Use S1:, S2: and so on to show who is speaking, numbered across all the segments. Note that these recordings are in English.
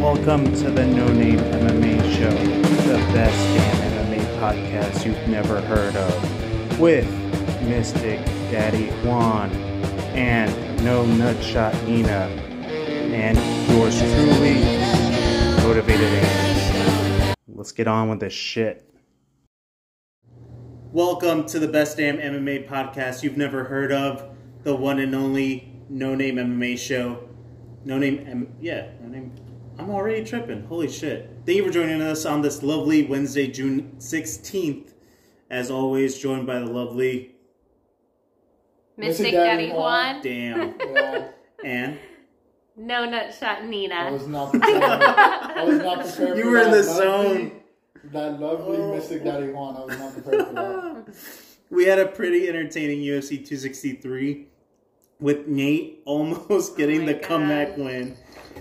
S1: Welcome to the No Name MMA Show, the best damn MMA podcast you've never heard of, with Mystic Daddy Juan and No Nutshot Nina, and yours truly, Motivated Andy. Let's get on with this shit. Welcome to the best damn MMA podcast you've never heard of, the one and only No Name MMA show. No name, M- yeah, no name. I'm already tripping. Holy shit! Thank you for joining us on this lovely Wednesday, June sixteenth. As always, joined by the lovely
S2: Mystic
S3: Mystic
S2: Daddy
S3: Daddy
S2: Juan.
S1: Damn
S3: Well,
S1: and
S2: No Nutshot
S3: I
S2: Nina.
S3: was not prepared. I was not prepared.
S1: You
S3: for
S1: were in
S3: that
S1: the
S3: lovely-
S1: zone.
S3: That lovely
S2: Oh.
S3: Mystic Daddy Juan. I was not prepared for that.
S1: we had a pretty entertaining UFC two sixty three with Nate almost getting
S2: Oh my
S1: the
S2: God.
S1: comeback win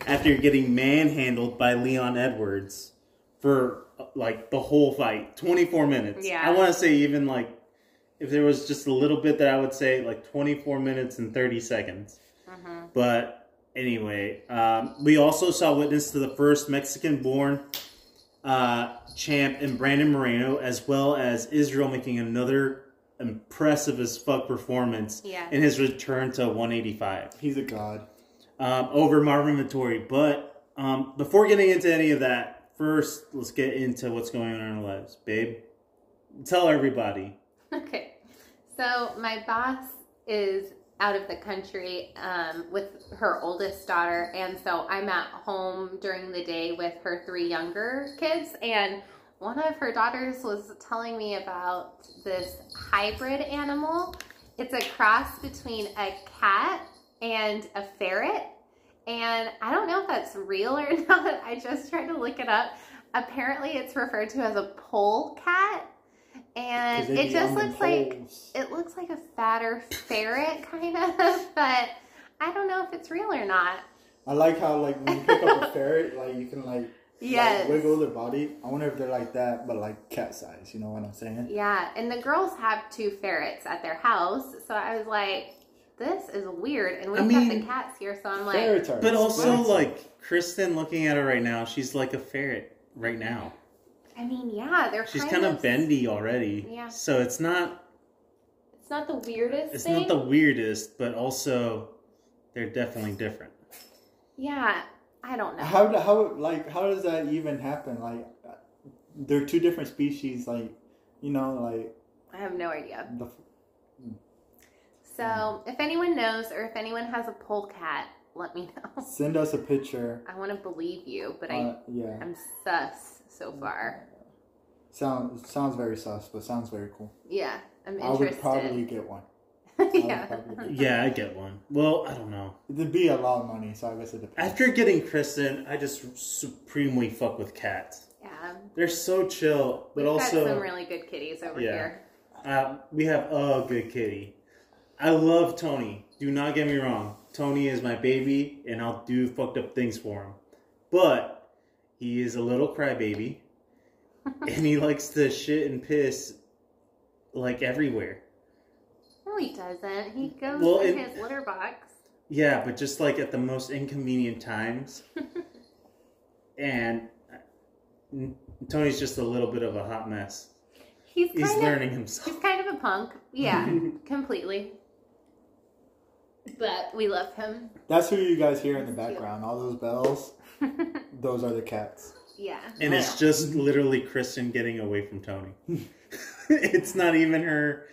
S1: after getting manhandled by Leon Edwards for like the whole fight, twenty four minutes.
S2: Yeah.
S1: I want to say even like if there was just a little bit that I would say like 24 minutes and 30 seconds. But anyway, um, we also saw witness to the first Mexican-born uh, champ in Brandon Moreno, as well as Israel making another impressive as fuck performance
S2: Yeah.
S1: in his return to 185
S3: He's a god.
S1: um, over Marvin Vittori. But um, before getting into any of that, first let's get into what's going on in our lives, babe. Tell everybody.
S2: Okay. So my boss is out of the country um, with her oldest daughter, and so I'm at home during the day with her three younger kids. And one of her daughters was telling me about this hybrid animal. It's a cross between a cat and a ferret. And I don't know if that's real or not. I just tried to look it up. Apparently, it's referred to as a pole cat.
S3: 'Cause
S2: And
S3: they
S2: it
S3: be
S2: just
S3: on them
S2: looks like
S3: poles.
S2: it looks like a fatter ferret kind of, but I don't know if it's real or not.
S3: I like how like when you pick up a ferret, like you can like.
S2: Yes.
S3: Like, wiggle their body. I wonder if they're like that, but like cat size. You know what I'm saying?
S2: Yeah, and the girls have two ferrets at their house, so I was like, this is weird. And we've
S1: I
S2: got
S1: mean,
S2: the cats here, so I'm like,
S3: Ferrets are
S1: But also,
S3: expensive.
S1: like Kristen, looking at her right now, she's like a ferret right now.
S2: I mean, yeah, they're
S1: She's kind of bendy already.
S2: Yeah.
S1: So it's not
S2: It's not the weirdest
S1: it's
S2: thing.
S1: not the weirdest, but also they're definitely different.
S2: Yeah, I don't know.
S3: How do- how like how does that even happen? Like they're two different species. Like you know like
S2: I have no idea.
S3: the Mm.
S2: So if anyone knows or if anyone has a polecat, let me know.
S3: send us a picture.
S2: I want to believe you, but I,
S3: Uh, yeah.
S2: I'm sus so far.
S3: Sound sounds very sus, but sounds very cool.
S2: Yeah, I'm
S3: I
S2: interested.
S3: would probably get one. I
S1: Um,
S3: would
S2: yeah.
S3: probably get-
S1: Yeah, I get one. Well, I don't know.
S3: It'd be a lot of money, so I guess it depends.
S1: After getting Kristen, I just supremely fuck with cats.
S2: Yeah.
S1: They're so chill, but
S2: We've
S1: also
S2: got some really good kitties over
S1: Yeah.
S2: here.
S1: Uh, we have a good kitty. I love Tony. Do not get me wrong. Tony is my baby, and I'll do fucked up things for him. But he is a little crybaby, and he likes to shit and piss like everywhere.
S2: No, he doesn't. He goes
S1: Well,
S2: in
S1: it-
S2: his litter box.
S1: Yeah, but just like at the most inconvenient times. and uh, n- Tony's just a little bit of a hot mess.
S2: He's kind
S1: He's
S2: of
S1: learning himself.
S2: he's kind of a punk. Yeah, completely. But we love him.
S3: That's who you guys hear in the background. All those bells, those are the cats.
S2: Yeah.
S1: And it's just literally Kristen getting away from Tony. it's not even her.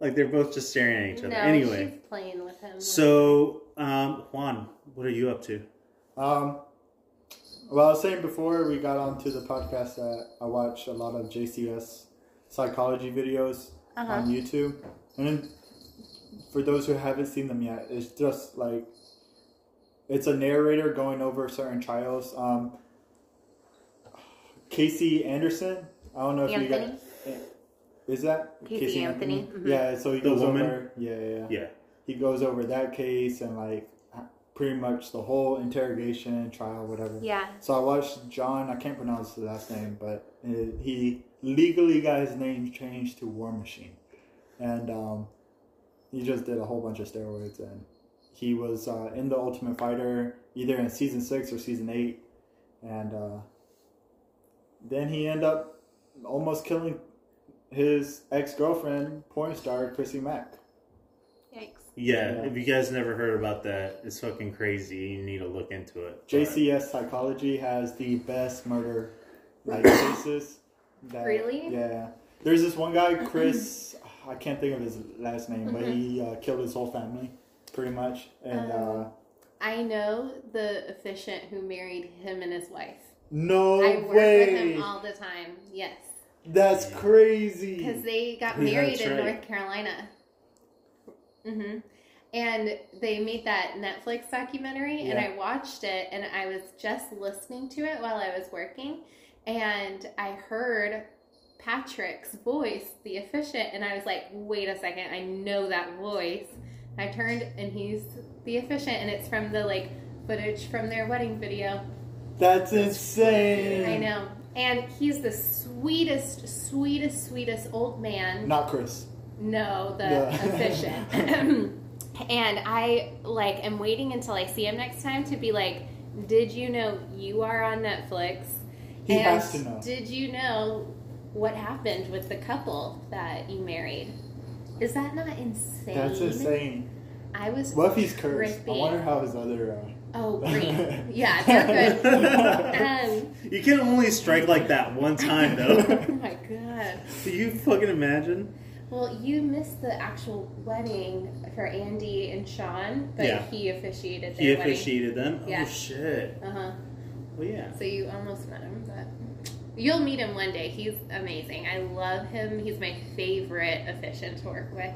S1: Like they're both just staring at each other.
S2: no,
S1: anyway,
S2: she's playing with him.
S1: so um, Juan, what are you up to?
S3: Um, well, I was saying before we got onto the podcast that I watch a lot of JCS psychology videos
S2: Uh-huh.
S3: on YouTube, and then for those who haven't seen them yet, it's just like it's a narrator going over certain trials. Um, Casey Anderson, I don't know if
S2: Anthony.
S3: you got. Is that
S2: Casey Anthony, mhm.
S3: Yeah, so he
S1: The
S3: goes
S1: woman?
S3: over. Yeah, yeah, yeah
S1: Yeah,
S3: he goes over that case and like pretty much the whole interrogation trial whatever
S2: Yeah.
S3: so i watched john i can't pronounce the last name but uh, he legally got his name changed to war machine and um, he just did a whole bunch of steroids and he was uh, in the ultimate fighter either in season six or season eight and uh, then he ended up almost killing his ex girlfriend, porn star Chrissy Mack.
S2: Yikes.
S1: Yeah,
S3: Yeah.
S1: if you guys never heard about that, it's fucking crazy. You need to look into it. But-
S3: JCS Psychology has the best murder like cases. that-
S2: Really? Mm-hmm.
S3: Yeah. There's this one guy, Chris. I can't think of his last name, but he
S2: Mm-hmm.
S3: uh, killed his whole family, pretty much. And
S2: Um,
S3: uh,
S2: I know the efficient who married him and his wife.
S3: no
S2: I work with
S3: way,
S2: him all the time. Yes.
S3: that's
S2: Because
S3: crazy.
S2: they got
S1: Yeah,
S2: married
S1: Hmm. that's
S2: in
S1: right.
S2: North Carolina. hmm And they made that Netflix documentary, and
S3: Yeah.
S2: I watched it, and I was just listening to it while I was working, and I heard Patrick's voice, the efficient, and I was like, wait a second, I know that voice. I turned, and he's the efficient, and it's from the like footage from their wedding video.
S3: That's insane.
S2: I know. And he's the sweetest, sweetest, sweetest old man.
S3: Not Chris.
S2: No, the
S3: No.
S2: efficient. and I like am waiting until I see him next time to be like, did you know you are on Netflix?
S3: He
S2: and
S3: has to know.
S2: Did you know what happened with the couple that you married? Is that not insane?
S3: That's insane.
S2: I was.
S3: What if he's cursed? I
S2: tripping.
S3: wonder how his other. Uh,
S2: Oh, great. yeah, they're good. Um,
S1: you can only strike like that one time, though.
S2: oh my god.
S1: Can you fucking imagine?
S2: Well, you missed the actual wedding for Andy and Sean, but
S1: Yeah.
S2: he officiated their
S1: He
S2: wedding.
S1: officiated them?
S2: Yeah.
S1: Oh, shit.
S2: Uh huh.
S1: Well, yeah.
S2: So you almost met him, but you'll meet him one day. He's amazing. I love him. He's my favorite efficient to work with.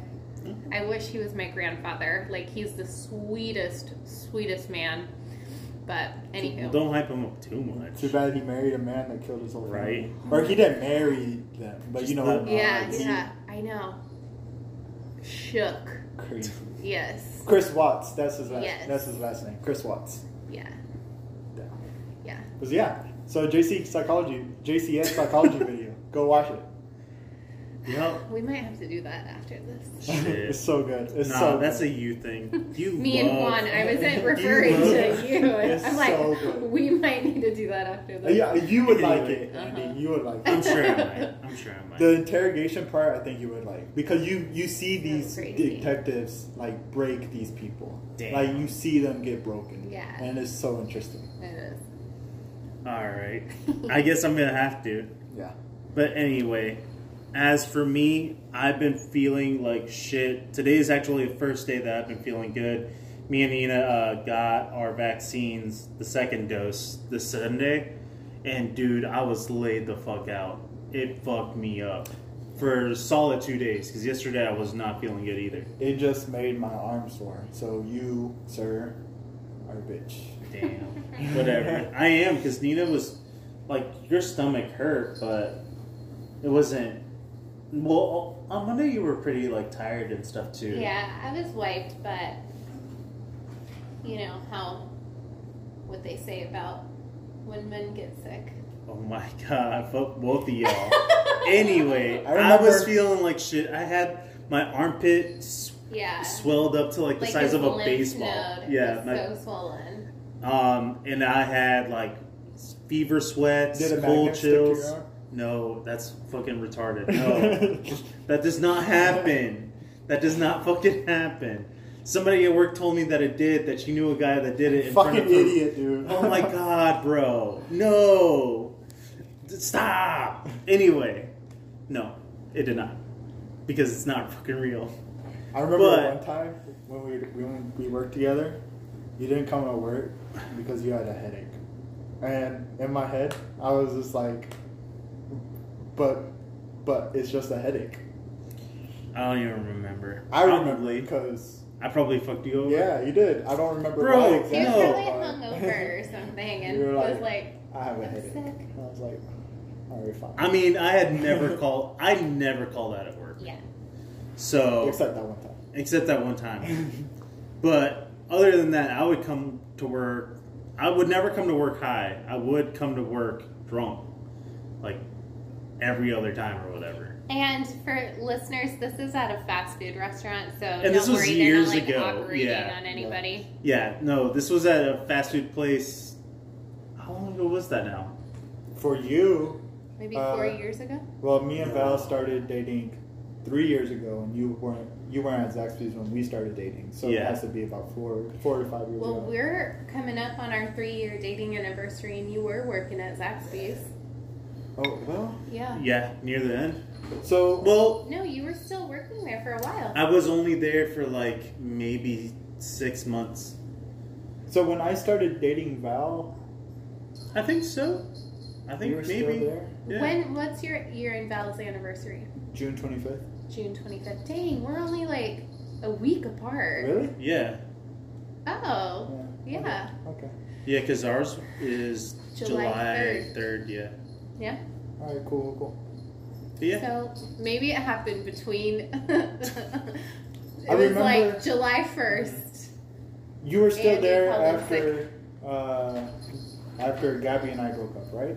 S2: I wish he was my grandfather. Like he's the sweetest, sweetest man. But anywho,
S1: Don't hype him up too much.
S3: Too bad he married a man that killed his whole
S1: Right?
S3: family. Or he didn't marry them, but
S1: Just
S3: you know
S1: the
S3: what?
S2: yeah,
S1: odds.
S2: yeah, I know. Shook.
S3: Crazy.
S2: Yes.
S3: Chris Watts. That's his last.
S2: Yes.
S3: That's his last name. Chris Watts.
S2: Yeah.
S3: Yeah.
S2: Yeah.
S3: 'Cause, yeah. So JC psychology, JCS psychology video. Go watch it.
S1: Yep.
S2: We might have to do that after this.
S3: it's
S1: Shit.
S3: so good. It's
S1: nah,
S3: so.
S1: that's a
S3: good.
S1: you thing. You
S2: Me
S1: love,
S2: and Juan, I wasn't
S3: You
S2: referring
S1: love-
S2: to you.
S3: It's
S2: I'm like,
S3: so good.
S2: we might need to do that after this.
S3: Uh, Yeah, you would like it,
S2: Uh-huh.
S3: Andy. You would like
S1: I'm
S3: it.
S1: sure I might. I'm sure I might.
S3: The interrogation part, I think you would like because you you see these
S2: crazy.
S3: detectives like break these people.
S1: Damn.
S3: Like you see them get broken.
S2: Yeah.
S3: And it's so interesting.
S2: It
S1: All right.
S2: is.
S1: I guess I'm going to have to.
S3: Yeah.
S1: But anyway, as for me, I've been feeling like shit. Today is actually the first day that I've been feeling good. Me and Nina uh, got our vaccines, the second dose, this Sunday. And dude, I was laid the fuck out. It fucked me up for a solid two days because yesterday I was not feeling good either.
S3: It just made my arm sore. So you, sir, are a bitch.
S1: Damn. Whatever. I am because Nina was like your stomach hurt, but it wasn't. Well, uh, on Monday you were pretty like tired and stuff too.
S2: yeah, I was wiped, but you know how what they say about when men get sick.
S1: Oh my god, I fucked both of y'all. anyway,
S3: I
S1: I,
S3: remember-
S1: was feeling like shit. I had my armpit s-
S2: yeah,
S1: swelled up to like the
S2: Uh, Like
S1: size
S2: his
S1: of a
S2: lymph
S1: baseball.
S2: node
S1: yeah,
S2: was
S1: my,
S2: so swollen.
S1: um, and I had like s- fever sweats,
S3: Did a
S1: cold
S3: magnet stick to your
S1: chills.
S3: arm?
S1: No, that's fucking retarded. No. That does not happen. That does not fucking happen. Somebody at work told me that it did, that she knew a guy that did it in front
S3: Fucking
S1: of her.
S3: idiot, dude.
S1: Oh my god, bro. No. Stop. Anyway, no, it did not. Because it's not fucking real.
S3: I remember
S1: But-
S3: one time when we when we worked together, you didn't come to work because you had a headache, and in my head I was just like, but but it's just a headache.
S1: I don't even remember.
S3: I remember
S1: Probably.
S3: because
S1: I probably fucked you over.
S3: yeah, you did. I don't remember
S1: Bro,
S3: why
S2: He was
S1: No.
S3: exactly.
S2: probably
S3: but-
S2: hungover or something, and
S3: You were
S2: was
S3: like-
S2: like,
S3: I have a
S2: I'm
S3: headache.
S2: sick.
S3: And I was like, all right, fine.
S1: I mean, I had never called. I never called that at work.
S2: yeah,
S1: So
S3: Except that one time.
S1: except that one time. but other than that, I would come to work. I would never come to work high. I would come to work drunk, like every other time or whatever.
S2: And for listeners, this is at a fast food restaurant, so don't
S1: this was
S2: worry,
S1: years
S2: they're not like
S1: ago,
S2: operating
S1: yeah.
S2: on anybody.
S1: Yeah, no, this was at a fast food place. How long ago What was that now?
S3: For you,
S2: Maybe
S3: Uh,
S2: four years ago.
S3: well, me and Val started dating three years ago, and you weren't you weren't at Zaxby's when we started dating. So it
S1: Yeah.
S3: has to be about four four to five years
S2: Well,
S3: ago.
S2: we're coming up on our three-year dating anniversary, and you were working at Zaxby's.
S3: Oh well.
S2: Yeah.
S1: Yeah, near the end.
S3: So
S1: Well,
S2: No, you were still working there for a while.
S1: I was only there for like maybe six months.
S3: so when I started dating Val,
S1: I think so. I think
S3: you were
S1: maybe.
S3: still there.
S1: Yeah.
S2: When? What's your year in Val's anniversary?
S3: June twenty fifth.
S2: June 25th. Dang, we're only like a week apart.
S3: Really?
S1: Yeah,
S2: Oh, yeah.
S3: Okay.
S1: yeah, because ours is
S2: July
S1: July,
S2: 3rd.
S1: 3rd. Yeah.
S2: Yeah.
S3: All right. Cool. Cool.
S1: But yeah.
S2: So maybe it happened between. it
S3: I
S2: was
S3: remember-
S2: like July 1st.
S3: You were still
S2: Andy
S3: there
S2: called in
S3: after uh, after Gabby and I broke up, right?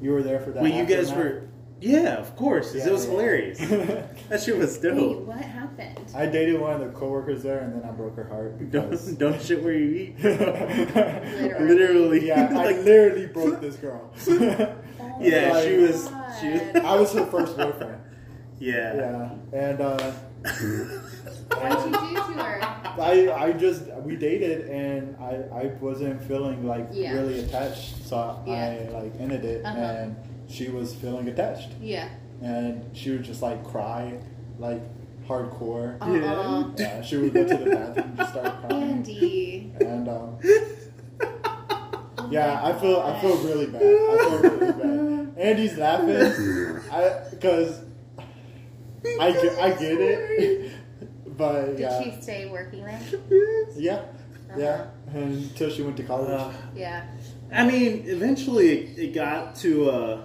S3: You were there for that.
S1: well, you guys
S3: aftermath?
S1: were. Yeah, of course. 'cause
S3: Yeah,
S1: it was
S3: yeah.
S1: hilarious. that shit was
S2: Wait,
S1: dope.
S2: what happened?
S3: I dated one of the coworkers there, and then I broke her heart because
S1: Don't, don't shit where you eat.
S3: literally,
S1: Literally.
S3: yeah, I
S1: like,
S3: literally broke this girl.
S2: Oh
S1: yeah,
S2: my
S1: she was. She
S2: God.
S1: was.
S3: I was her first boyfriend.
S1: Yeah.
S3: Yeah, and uh,
S2: What'd you do to her?
S3: I I just we dated, and I I wasn't feeling like
S2: Yeah.
S3: really attached, so I,
S2: Yeah.
S3: I like ended it,
S2: Uh-huh.
S3: and she was feeling attached.
S2: Yeah.
S3: and she would just like cry, like hardcore.
S2: Uh-uh.
S1: Yeah.
S3: Yeah, she would go to the bathroom and just start crying.
S2: Andy.
S3: And um,
S2: Oh
S3: yeah,
S2: my
S3: I feel I
S2: God.
S3: feel really bad. I feel really bad. Andy's laughing, I because I get I get it, but
S2: Did
S3: yeah,
S2: she Uh-huh. stay working there?
S3: yeah, yeah, until she went to
S1: Uh,
S3: college.
S2: Yeah.
S1: I mean, eventually it, it got to uh,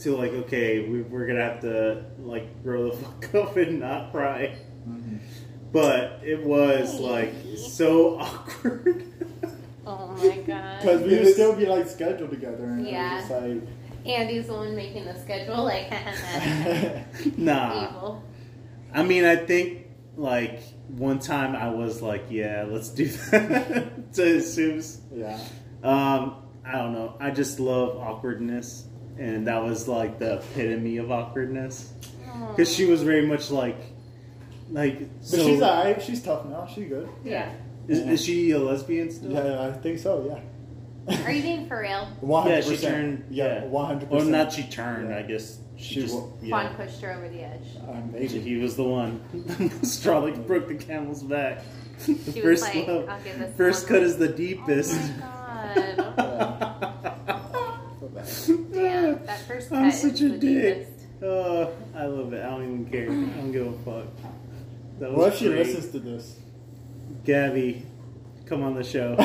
S1: to like okay, we, we're gonna have to like grow the fuck up and not cry.
S3: Mhm.
S1: But it was like so awkward.
S2: Oh my god.
S3: Because we would still be like scheduled together, and
S2: Yeah.
S3: yeah. just
S2: Andy's the one making the schedule, like Uh-huh.
S3: like,
S1: nah,
S2: evil.
S1: I mean, I think like one time I was like, yeah, let's do that to Zeus.
S3: yeah.
S1: Um, I don't know. I just love awkwardness, and that was like the epitome of awkwardness. because she was very much like, like.
S3: But she's alright. She's tough now. She's good.
S2: Yeah.
S1: is, is she a lesbian still?
S3: Yeah, I think so. Yeah.
S2: Are you being for real?
S3: One
S1: Yeah,
S3: hundred
S1: she
S3: percent.
S1: turned.
S3: Yeah, one hundred
S1: Or
S3: percent.
S1: not? She turned.
S3: Yeah.
S1: I guess she,
S3: She
S1: just.
S3: wa-
S2: Juan
S1: Yeah.
S2: pushed her over the edge.
S3: Amazing.
S1: He was the one. The straw that broke the camel's back. The
S2: She
S1: first
S2: was like,
S1: love.
S2: I'll give this
S1: First
S2: one
S1: cut
S2: more-
S1: is the
S2: Oh
S1: deepest.
S2: my god. Damn, that first cut
S1: I'm
S2: is
S1: such
S2: the
S1: a dick.
S2: deepest.
S1: Uh, I love it. I don't even care. I don't give a fuck. That was
S3: What if she
S1: great.
S3: listens to this?
S1: Gabby, come on the show.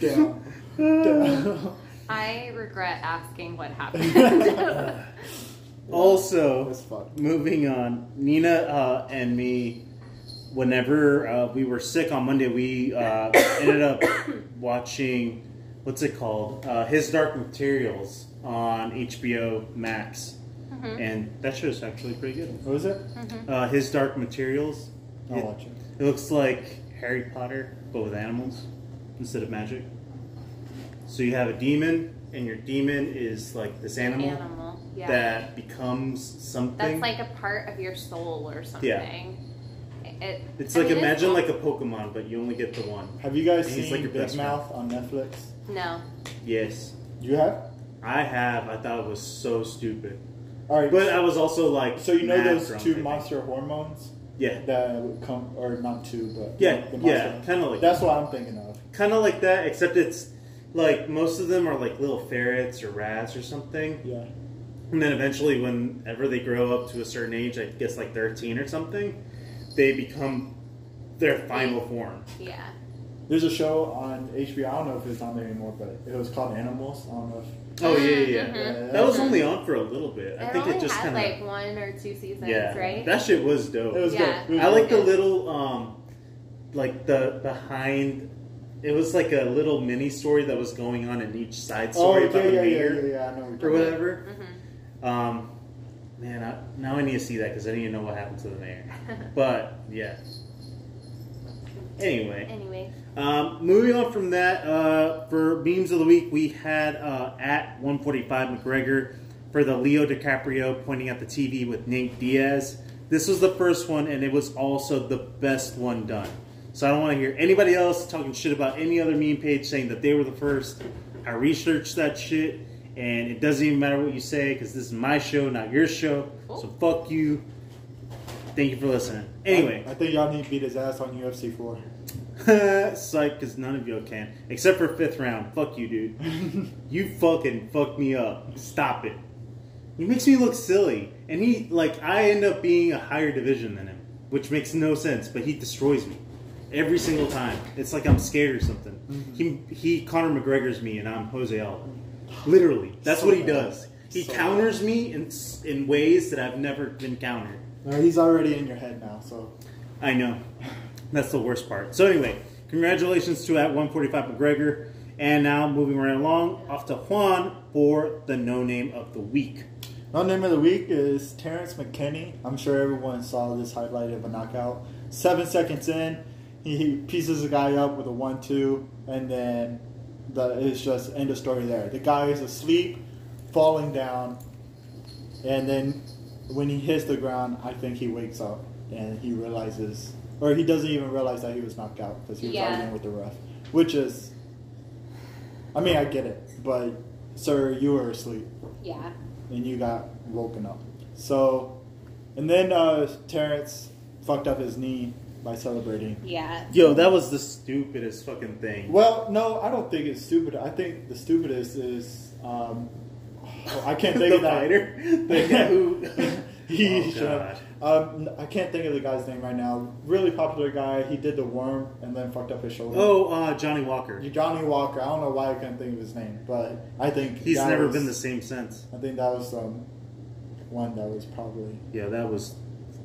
S3: Damn. Damn.
S2: I regret asking what happened. Mm-hmm.
S1: also,
S3: That's fucked.
S1: moving on, Nina uh, and me, whenever uh, we were sick on Monday, we uh, ended up watching what's it called? Uh, His Dark Materials on HBO Max.
S2: Mm-hmm.
S1: And that show's actually pretty good.
S3: What was it?
S1: Uh, His Dark Materials.
S3: I'll
S1: It-
S3: watch it.
S1: It looks like Harry Potter, but with animals instead of magic. So you have a demon, and your demon is like this animal,
S2: Animal. Yeah.
S1: that becomes something.
S2: That's like a part of your soul or something. It,
S1: it's
S2: I
S1: like
S2: mean,
S1: imagine like a Pokemon, but you only get the one.
S3: Have you guys
S1: He's
S3: seen
S1: like your
S3: Big
S1: best friend.
S3: Mouth on Netflix?
S2: No.
S1: Yes,
S3: You have?
S1: I have. I thought it was so stupid,
S3: All right.
S1: but I was also like,
S3: so you know
S1: mad
S3: those
S1: drunk, I
S3: two
S1: think.
S3: monster hormones
S1: Yeah,
S3: that would come, or not two, but
S1: Yeah,
S3: the monster
S1: yeah,
S3: hormones?
S1: kinda like-
S3: That's what I'm thinking of.
S1: kind of like that, except it's like most of them are like little ferrets or rats or something.
S3: Yeah.
S1: And then eventually, whenever they grow up to a certain age, I guess like 13 or something, they become their final form.
S2: Yeah.
S3: There's a show on HBO. I don't know if it's on there anymore, but it was called Animals. I don't know if
S1: Oh, yeah, yeah, yeah.
S3: Yeah,
S1: That was only on for a little bit. I
S2: Mm-hmm. it
S1: think
S2: only
S1: it just
S2: had
S1: kind
S2: like
S1: of.
S2: one or two seasons,
S1: Yeah.
S2: right?
S1: That shit was
S3: It was
S1: dope.
S2: Yeah.
S3: good. It was
S1: I like
S3: good.
S1: the little, um, like the behind. It was like a little mini story that was going on in each side story
S3: oh,
S1: about
S3: yeah,
S1: the
S3: yeah, yeah,
S1: mayor
S3: yeah, yeah, I know. what you're
S1: or
S3: talking
S1: whatever.
S2: Mhm.
S1: Um, man, I, now I need to see that because I need to know what happened to the mayor. But yeah. Anyway,
S2: Anyway,
S1: Um, moving on from that, uh, for memes of the week, we had uh, at 145 McGregor for the Leo DiCaprio pointing at the TV with Nate Diaz. This was the first one, and it was also the best one done. So I don't want to hear anybody else talking shit about any other meme page saying that they were the first. I researched that shit, and it doesn't even matter what you say because this is my show, not your show. So fuck you. Thank you for listening. Anyway.
S3: I, I think y'all need to beat his ass on UFC floor.
S1: Psych, because none of y'all can. Except for fifth round. Fuck you, dude. you fucking fucked me up. Stop it. He makes me look silly. And he, like, I end up being a higher division than him, which makes no sense, but he destroys me. Every single time. It's like I'm scared or something.
S3: Mm-hmm.
S1: He, he Conor McGregor's me, and I'm Jose Aldo. Literally. That's
S3: So
S1: what he
S3: bad.
S1: does. He
S3: So
S1: counters me in, s- in ways that I've never been countered.
S3: No, Uh, he's already in your head now, so
S1: I know. That's the worst part. So anyway, congratulations to at 145 McGregor. And now moving right along, off to Juan for the no name of the week.
S3: My name of the week is Terrence McKinney. I'm sure everyone saw this highlight of a knockout. Seven seconds in, he pieces the guy up with a one-two, and then the, it's just end of story there. The guy is asleep, falling down, and then when he hits the ground, I think he wakes up and he realizes, or he doesn't even realize that he was knocked out because he was
S2: Yeah.
S3: arguing with the ref, which is, I mean, I get it, but sir, you were asleep
S2: Yeah.
S3: and you got woken up. So, and then uh, Terrence fucked up his knee by celebrating.
S2: Yeah.
S1: Yo, that was the stupidest fucking thing.
S3: Well, no, I don't think it's stupid. I think the stupidest is um, I can't think
S1: the
S3: of that.
S1: fighter. The guy who.
S3: he
S1: Oh, God.
S3: Um, I can't think of the guy's name right now. Really popular guy. He did the worm and then fucked up his shoulder.
S1: Oh, uh, Johnny Walker.
S3: Johnny Walker. I don't know why I can't think of his name, but I think
S1: He's
S3: that
S1: never
S3: was-
S1: been the same since.
S3: I think that was um, one that was probably
S1: Yeah, that was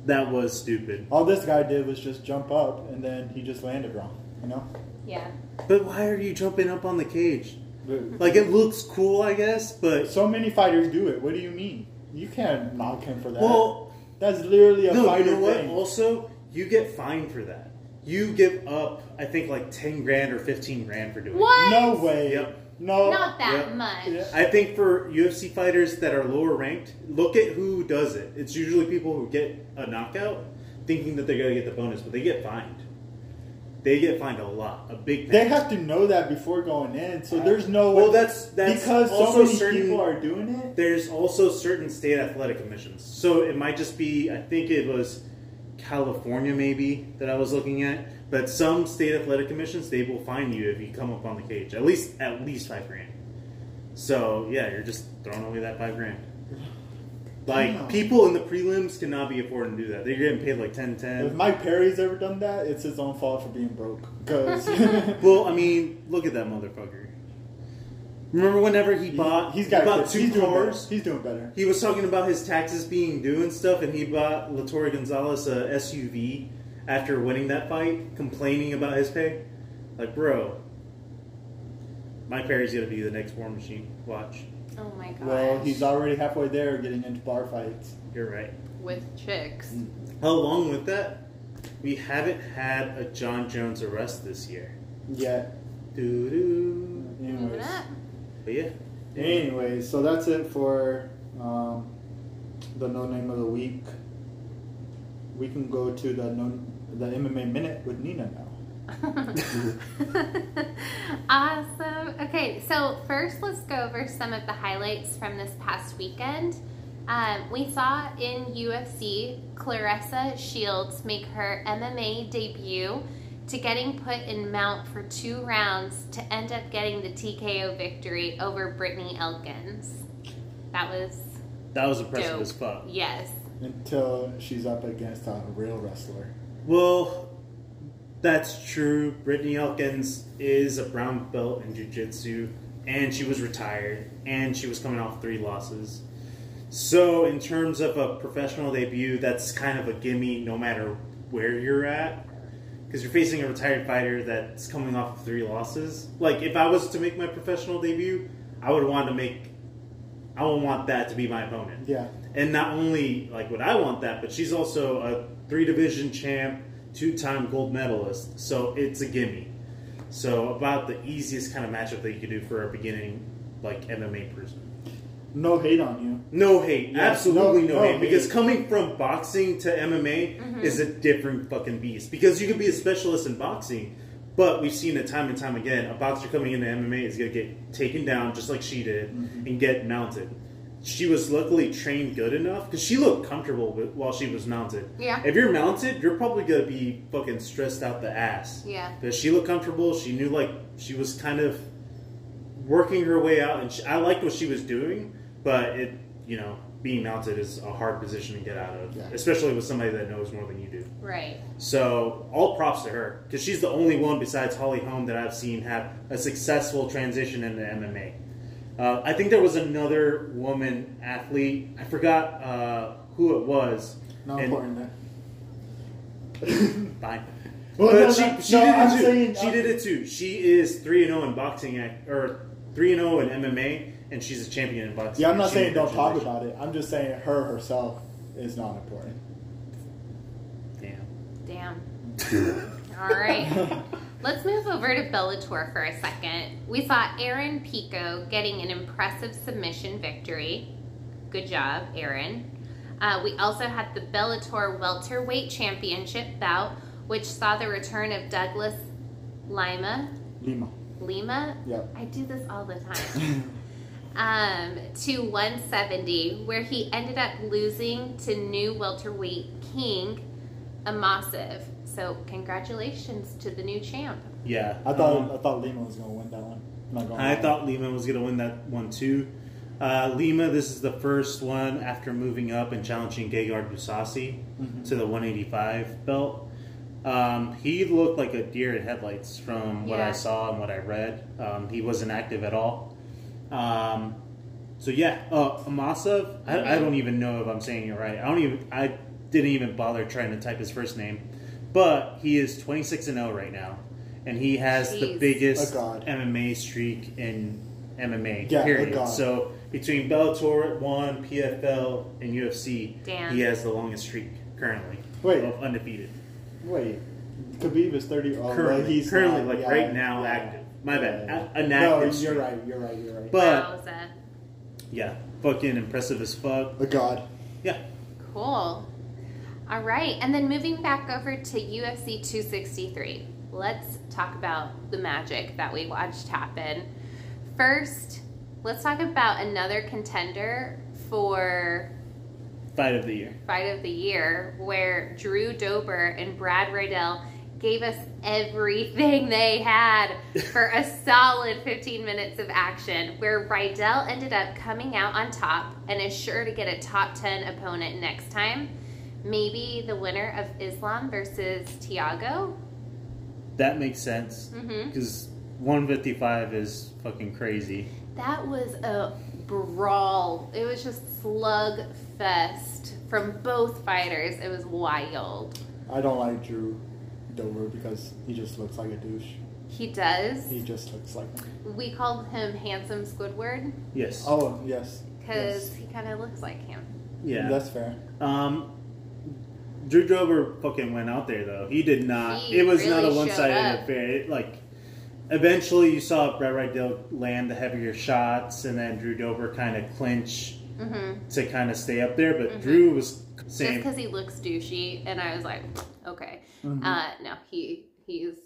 S1: that was stupid.
S3: All this guy did was just jump up and then he just landed wrong, you know?
S2: Yeah.
S1: But why are you jumping up on the cage? Like it looks cool, I guess, but
S3: so many fighters do it. What do you mean? You can't knock him for that.
S1: well,
S3: that's literally a
S1: No, you
S3: fighter
S1: know what?
S3: thing.
S1: Also, you get fined for that. You give up, I think, like ten grand or fifteen grand for doing.
S2: What?
S3: No way.
S1: Yep.
S3: No.
S2: Not that
S1: yeah.
S2: much.
S3: Yeah.
S1: It. I think for UFC fighters that are lower ranked, look at who does it. It's usually people who get a knockout, thinking that they're gonna get the bonus, but they get fined. They get fined a lot, a big.
S3: They
S1: penalty.
S3: have to know that before going in, so there's no way.
S1: Well, that's that's
S3: because so
S1: also
S3: many
S1: certain
S3: people are doing it.
S1: There's also certain state athletic commissions. So it might just be, I think it was California maybe that I was looking at. But some state athletic commissions, they will fine you if you come up on the cage. At least, at least five grand. So yeah, you're just throwing away that five grand. Like
S3: Damn.
S1: people in the prelims cannot be affording to do that. They're getting paid like 10
S3: If
S1: 10.
S3: Mike Perry's ever done that, it's his own fault for being broke. Because
S1: Well, I mean, look at that motherfucker. Remember whenever he bought
S3: he's got
S1: he bought
S3: kids.
S1: two
S3: he's doing
S1: cars?
S3: better. He's doing better.
S1: He was talking about his taxes being due and stuff, and he bought Latore Gonzalez a SUV after winning that fight, complaining about his pay. Like, bro, my Perry's gonna be the next War Machine. Watch,
S2: Oh my gosh.
S3: Well, he's already halfway there, getting into bar fights.
S1: you're right.
S2: with chicks.
S1: Mm. Along with that, we haven't had a John Jones arrest this year.
S3: Yeah.
S1: Doo doo.
S2: Moving
S3: Anyways.
S2: up.
S1: But yeah,
S3: Anyway, so that's it for um, the no name of the week. We can go to the no, the MMA minute with Nina now.
S2: awesome. Okay, so first let's go over some of the highlights from this past weekend. Um, we saw in UFC Clarissa Shields make her MMA debut to getting put in mount for two rounds to end up getting the TKO victory over Brittany Elkins. That was,
S1: that was impressive
S2: Dope.
S1: as fuck.
S2: yes.
S3: Until she's up against a real wrestler.
S1: Well, that's true. Brittany Elkins is a brown belt in jiu-jitsu, and she was retired, and she was coming off three losses. So, in terms of a professional debut, that's kind of a gimme no matter where you're at. Because you're facing a retired fighter that's coming off of three losses. Like, if I was to make my professional debut, I would want to make. I would want that to be my opponent.
S3: Yeah.
S1: And not only like would I want that, but she's also a three division champ, two time gold medalist. So it's a gimme. So about the easiest kind of matchup that you could do for a beginning like MMA person.
S3: No hate on you.
S1: No hate,
S3: Yeah,
S1: absolutely no,
S3: no- no
S1: hate.
S3: hate.
S1: Because coming from boxing to MMA
S2: Mhm.
S1: is a different fucking beast. Because you can be a specialist in boxing, but we've seen it time and time again. A boxer coming into MMA is gonna get taken down just like she did
S3: Mhm.
S1: and get mounted. She was luckily trained good enough because she looked comfortable with, while she was mounted.
S2: Yeah.
S1: If you're mounted, you're probably gonna be fucking stressed out the ass.
S2: Yeah.
S1: But she looked comfortable. She knew like she was kind of working her way out, and she, I liked what she was doing. But it, you know, being mounted is a hard position to get out of,
S3: Yeah.
S1: especially with somebody that knows more than you do.
S2: Right.
S1: So all props to her because she's the only one besides Holly Holm that I've seen have a successful transition into MMA. Uh, I think there was another woman athlete. I forgot uh, who it was.
S3: Not
S1: And-
S3: important there.
S1: Fine.
S3: Well,
S1: but
S3: no,
S1: she,
S3: no,
S1: she
S3: no,
S1: did it
S3: I'm
S1: too.
S3: saying-
S1: she
S3: I'm-
S1: did it too. She is three and zero in boxing, act, or three and zero in MMA, and she's a champion in boxing.
S3: Yeah, I'm not
S1: She made
S3: saying
S1: that
S3: don't talk
S1: transition.
S3: about it. I'm just saying her herself is not important.
S1: Damn.
S2: Damn. All right. Let's move over to Bellator for a second. We saw Aaron Pico getting an impressive submission victory. Good job, Aaron. Uh, we also had the Bellator Welterweight Championship bout, which saw the return of Douglas Lima.
S3: Lima.
S2: Lima?
S3: Yep.
S2: I do this all the time. um, to 170, where he ended up losing to new welterweight king, Amasiv. So, congratulations to the new champ.
S1: Yeah.
S3: I thought
S1: Um,
S3: I thought Lima was gonna win that one. I'm not going
S1: I thought Lima was going to win that one too. Uh, Lima, this is the first one after moving up and challenging Gegard Mousasi
S2: Mm-hmm.
S1: to the 185 belt. Um, he looked like a deer in headlights from what
S2: Yeah.
S1: I saw and what I read. Um, he wasn't active at all. Um, so yeah, uh, Amasev. I, I
S2: Mm-hmm.
S1: don't even know if I'm saying it right. I don't even. I didn't even bother trying to type his first name, but he is 26 and 0 right now, and he has the
S2: Jeez.
S1: biggest
S3: A god.
S1: MMA streak in MMA.
S3: Yeah, a
S1: period.
S3: god.
S1: So between Bellator one, PFL, and UFC,
S2: Damn.
S1: he has the longest streak currently
S3: Wait.
S1: of undefeated.
S3: Wait, Khabib is thirty. Oh,
S1: currently,
S3: like he's
S1: currently,
S3: not-
S1: like
S3: yeah,
S1: right now,
S3: yeah.
S1: active. My bad,
S3: Yeah.
S1: A- an
S3: No,
S1: active.
S3: you're
S1: streak.
S3: right. You're right. You're right.
S1: But
S2: Wowza.
S1: yeah, fucking impressive as fuck.
S3: A god.
S1: Yeah.
S2: Cool. All right. And then moving back over to UFC 263, let's talk about the magic that we watched happen. First, let's talk about another contender for
S1: Fight of the year.
S2: fight of the year where Drew Dober and Brad Riddell gave us everything they had for a solid 15 minutes of action where Rydell ended up coming out on top and is sure to get a top 10 opponent next time. Maybe the winner of Islam versus Tiago?
S1: That makes sense
S2: hmm
S1: because 155 is fucking crazy.
S2: That was a brawl. It was just slug fest from both fighters. It was wild.
S3: I don't like Drew Dover because he just looks like a douche.
S2: He does.
S3: He just looks like.
S2: We called him Handsome Squidward
S1: Yes.
S3: Oh yes.
S2: because
S3: Yes.
S2: he kind of looks like him.
S1: yeah.
S3: That's fair.
S1: Um, Drew Dober fucking went out there though. He did not.
S2: He
S1: it was not
S2: really
S1: a one-sided
S2: showed up.
S1: affair. It, like, eventually you saw Brett Rydell land the heavier shots, and then Drew Dober kind of clinch
S2: Mm-hmm.
S1: to kind of stay up there. But
S2: Mhm.
S1: Drew was
S2: Just
S1: same. Mm-hmm.
S2: because he looks douchey, and I was like, okay,
S3: Mhm.
S2: uh, no, he he's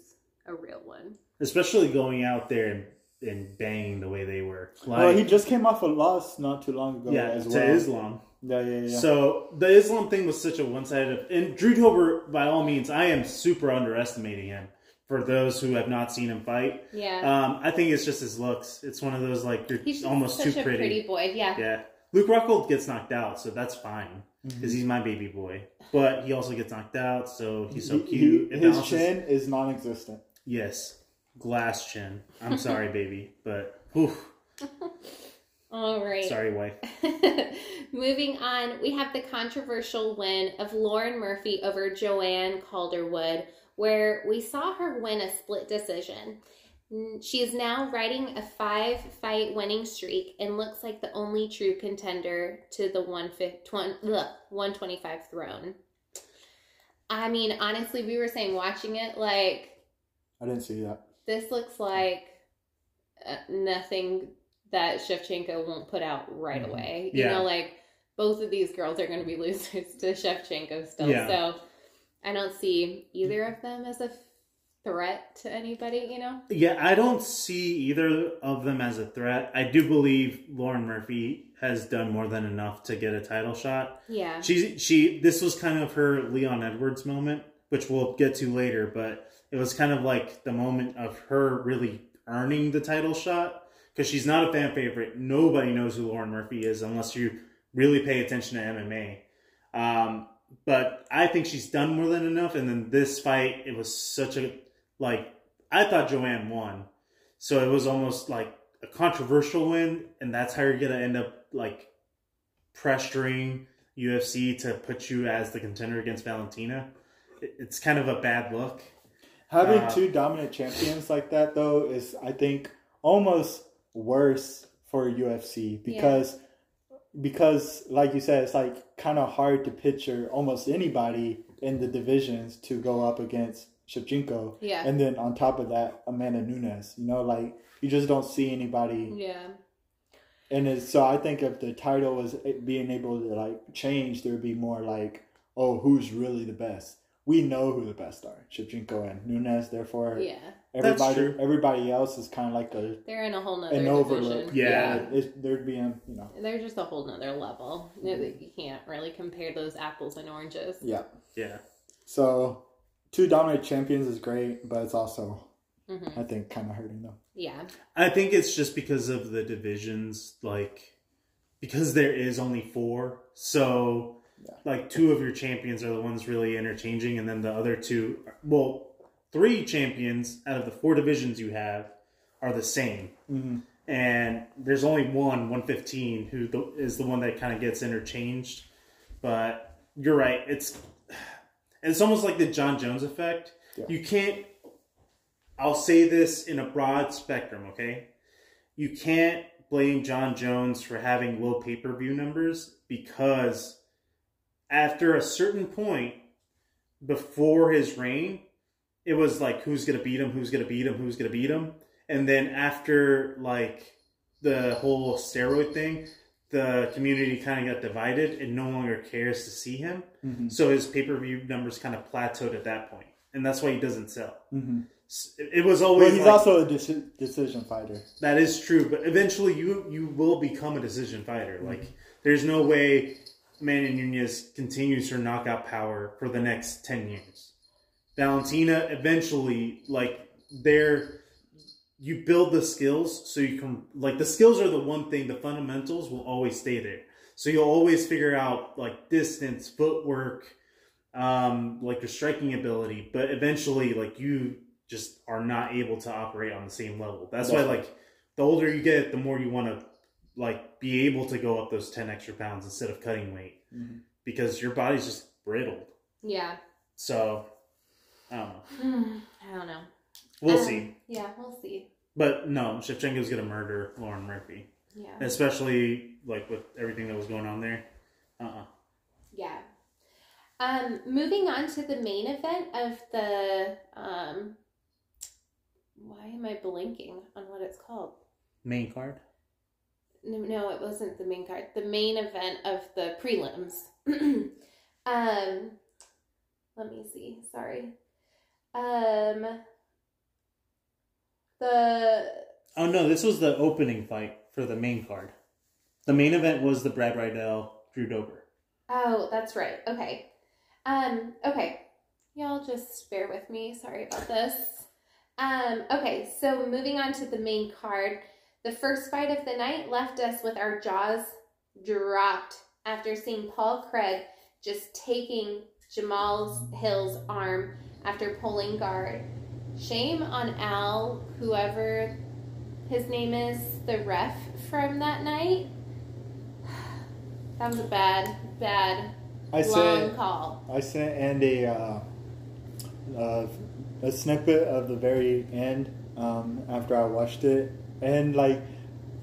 S2: a real one.
S1: especially going out there and, and banging the way they were. Like,
S3: well, Oh, he just came off a loss not too long ago
S1: yeah,
S3: as well.
S1: to Islam.
S3: Yeah, yeah, yeah.
S1: So the Islam thing was such a one-sided, and Drew Dober, by all means, I am super underestimating him. For those who have not seen him fight,
S2: Yeah,
S1: um, I think it's just his looks. It's one of those like you're
S2: he's just
S1: almost
S2: such
S1: too
S2: a
S1: pretty.
S2: boy. Yeah.
S1: Yeah, Luke Rockhold gets knocked out, so that's fine because he's my baby boy. But he also gets knocked out, so he's so
S3: He-
S1: cute.
S3: he-
S1: It
S3: his
S1: balances-
S3: chin is non-existent.
S1: yes, glass chin. I'm sorry, baby, but whew,
S2: All right.
S1: sorry, wife.
S2: Moving on, we have the controversial win of Lauren Murphy over Joanne Calderwood, where we saw her win a split decision. Mm, She is now riding a five fight winning streak and looks like the only true contender to the 150 twen- ugh, 125 throne. I mean, honestly, we were saying watching it like
S3: I didn't see that.
S2: This looks like uh, nothing that Shevchenko won't put out right
S1: Mhm.
S2: away. You
S1: Yeah.
S2: know, like both of these girls are going to be losers to Shevchenko still.
S1: Yeah.
S2: So I don't see either of them as a threat to anybody. You know,
S1: Yeah, I don't see either of them as a threat. I do believe Lauren Murphy has done more than enough to get a title shot.
S2: yeah,
S1: She she this was kind of her Leon Edwards moment, which we'll get to later, but it was kind of like the moment of her really earning the title shot cuz she's not a fan favorite. Nobody knows who Lauren Murphy is unless you really pay attention to MMA. Um but I think she's done more than enough and then this fight it was such a like I thought Joanne won. So it was almost like a controversial win, and that's how you're gonna end up like pressuring UFC to put you as the contender against Valentina. It- It's kind of a bad look.
S3: Having
S1: Uh,
S3: two dominant champions like that, though, is I think almost worse for UFC
S2: Yeah.
S3: because because like you said, it's like kind of hard to picture almost anybody in the divisions to go up against Shevchenko,
S2: yeah,
S3: and then on top of that, Amanda Nunes. You know, like you just don't see anybody
S2: yeah.
S3: and it's, so I think if the title was it being able to like change, there would be more like, oh, who's really the best? We know who the best are, Shevchenko and Nunes. Therefore,
S2: Yeah,
S1: That's
S3: everybody
S1: true.
S3: everybody else is kind of like a
S2: they're in a whole nother
S3: an overlook.
S2: division.
S1: Yeah.
S3: it's, there'd be a you know
S2: They're just a whole nother level. You know, You can't really compare those apples and oranges.
S3: yeah.
S1: Yeah,
S3: So two dominant champions is great, but it's also
S2: hmm
S3: I think kind of hurting them.
S2: Yeah.
S1: I think it's just because of the divisions, like because there is only four, so.
S3: Yeah.
S1: Like two of your champions are the ones really interchanging, and then the other two, well, three champions out of the four divisions you have are the same.
S3: Mm-hmm.
S1: and there's only one 115 who the, is the one that kind of gets interchanged but you're right it's it's almost like the john jones effect
S3: Yeah.
S1: you can't i'll say this in a broad spectrum okay you can't blame john jones for having low pay-per-view numbers because after a certain point before his reign it was like who's gonna beat him who's gonna beat him who's gonna beat him and then after like the whole steroid thing, the community kind of got divided and no longer cares to see him.
S3: Mm-hmm.
S1: So his pay per view numbers kind of plateaued at that point, and that's why he doesn't sell.
S3: Mm-hmm.
S1: S- It it was always
S3: Well, he's
S1: like-
S3: also a deci- decision fighter.
S1: that is true, but eventually you you will become a decision fighter.
S3: Mm-hmm.
S1: Like there's no way Amanda Nunez continues her knockout power for the next ten years. Valentina eventually like they're you build the skills so you can like the skills are the one thing the fundamentals will always stay there. So you'll always figure out like distance, footwork, um, like your striking ability, but eventually like you just are not able to operate on the same level. That's why like the older you get, the more you want to like be able to go up those 10 extra pounds instead of cutting weight
S3: Mhm.
S1: because your body's just brittle.
S2: Yeah.
S1: So I don't know.
S2: I don't know.
S1: We'll
S2: Um,
S1: see.
S2: Yeah, we'll see.
S1: But no, Shevchenko's gonna murder Lauren Murphy,
S2: Yeah.
S1: especially like with everything that was going on there. Uh uh
S2: Yeah. Um, moving on to the main event of the um why am I blinking on what it's called?
S1: Main card.
S2: No, no, it wasn't the main card. The main event of the prelims. um, let me see. Sorry. Um, the
S1: Oh no, this was the opening fight for the main card. The main event was the Brad Rydell Drew Dober.
S2: oh, that's right. Okay. Um, okay. Y'all just bear with me. Sorry about this. Um, okay, so moving on to the main card. The first fight of the night left us with our jaws dropped after seeing Paul Craig just taking Jamal's Hill's arm after pulling guard. Shame on Al, whoever his name is, the ref from that night. That was a bad, bad
S3: I
S2: long
S3: said
S2: call.
S3: I sent Andy uh, uh, a snippet of the very end um, after I watched it, and like,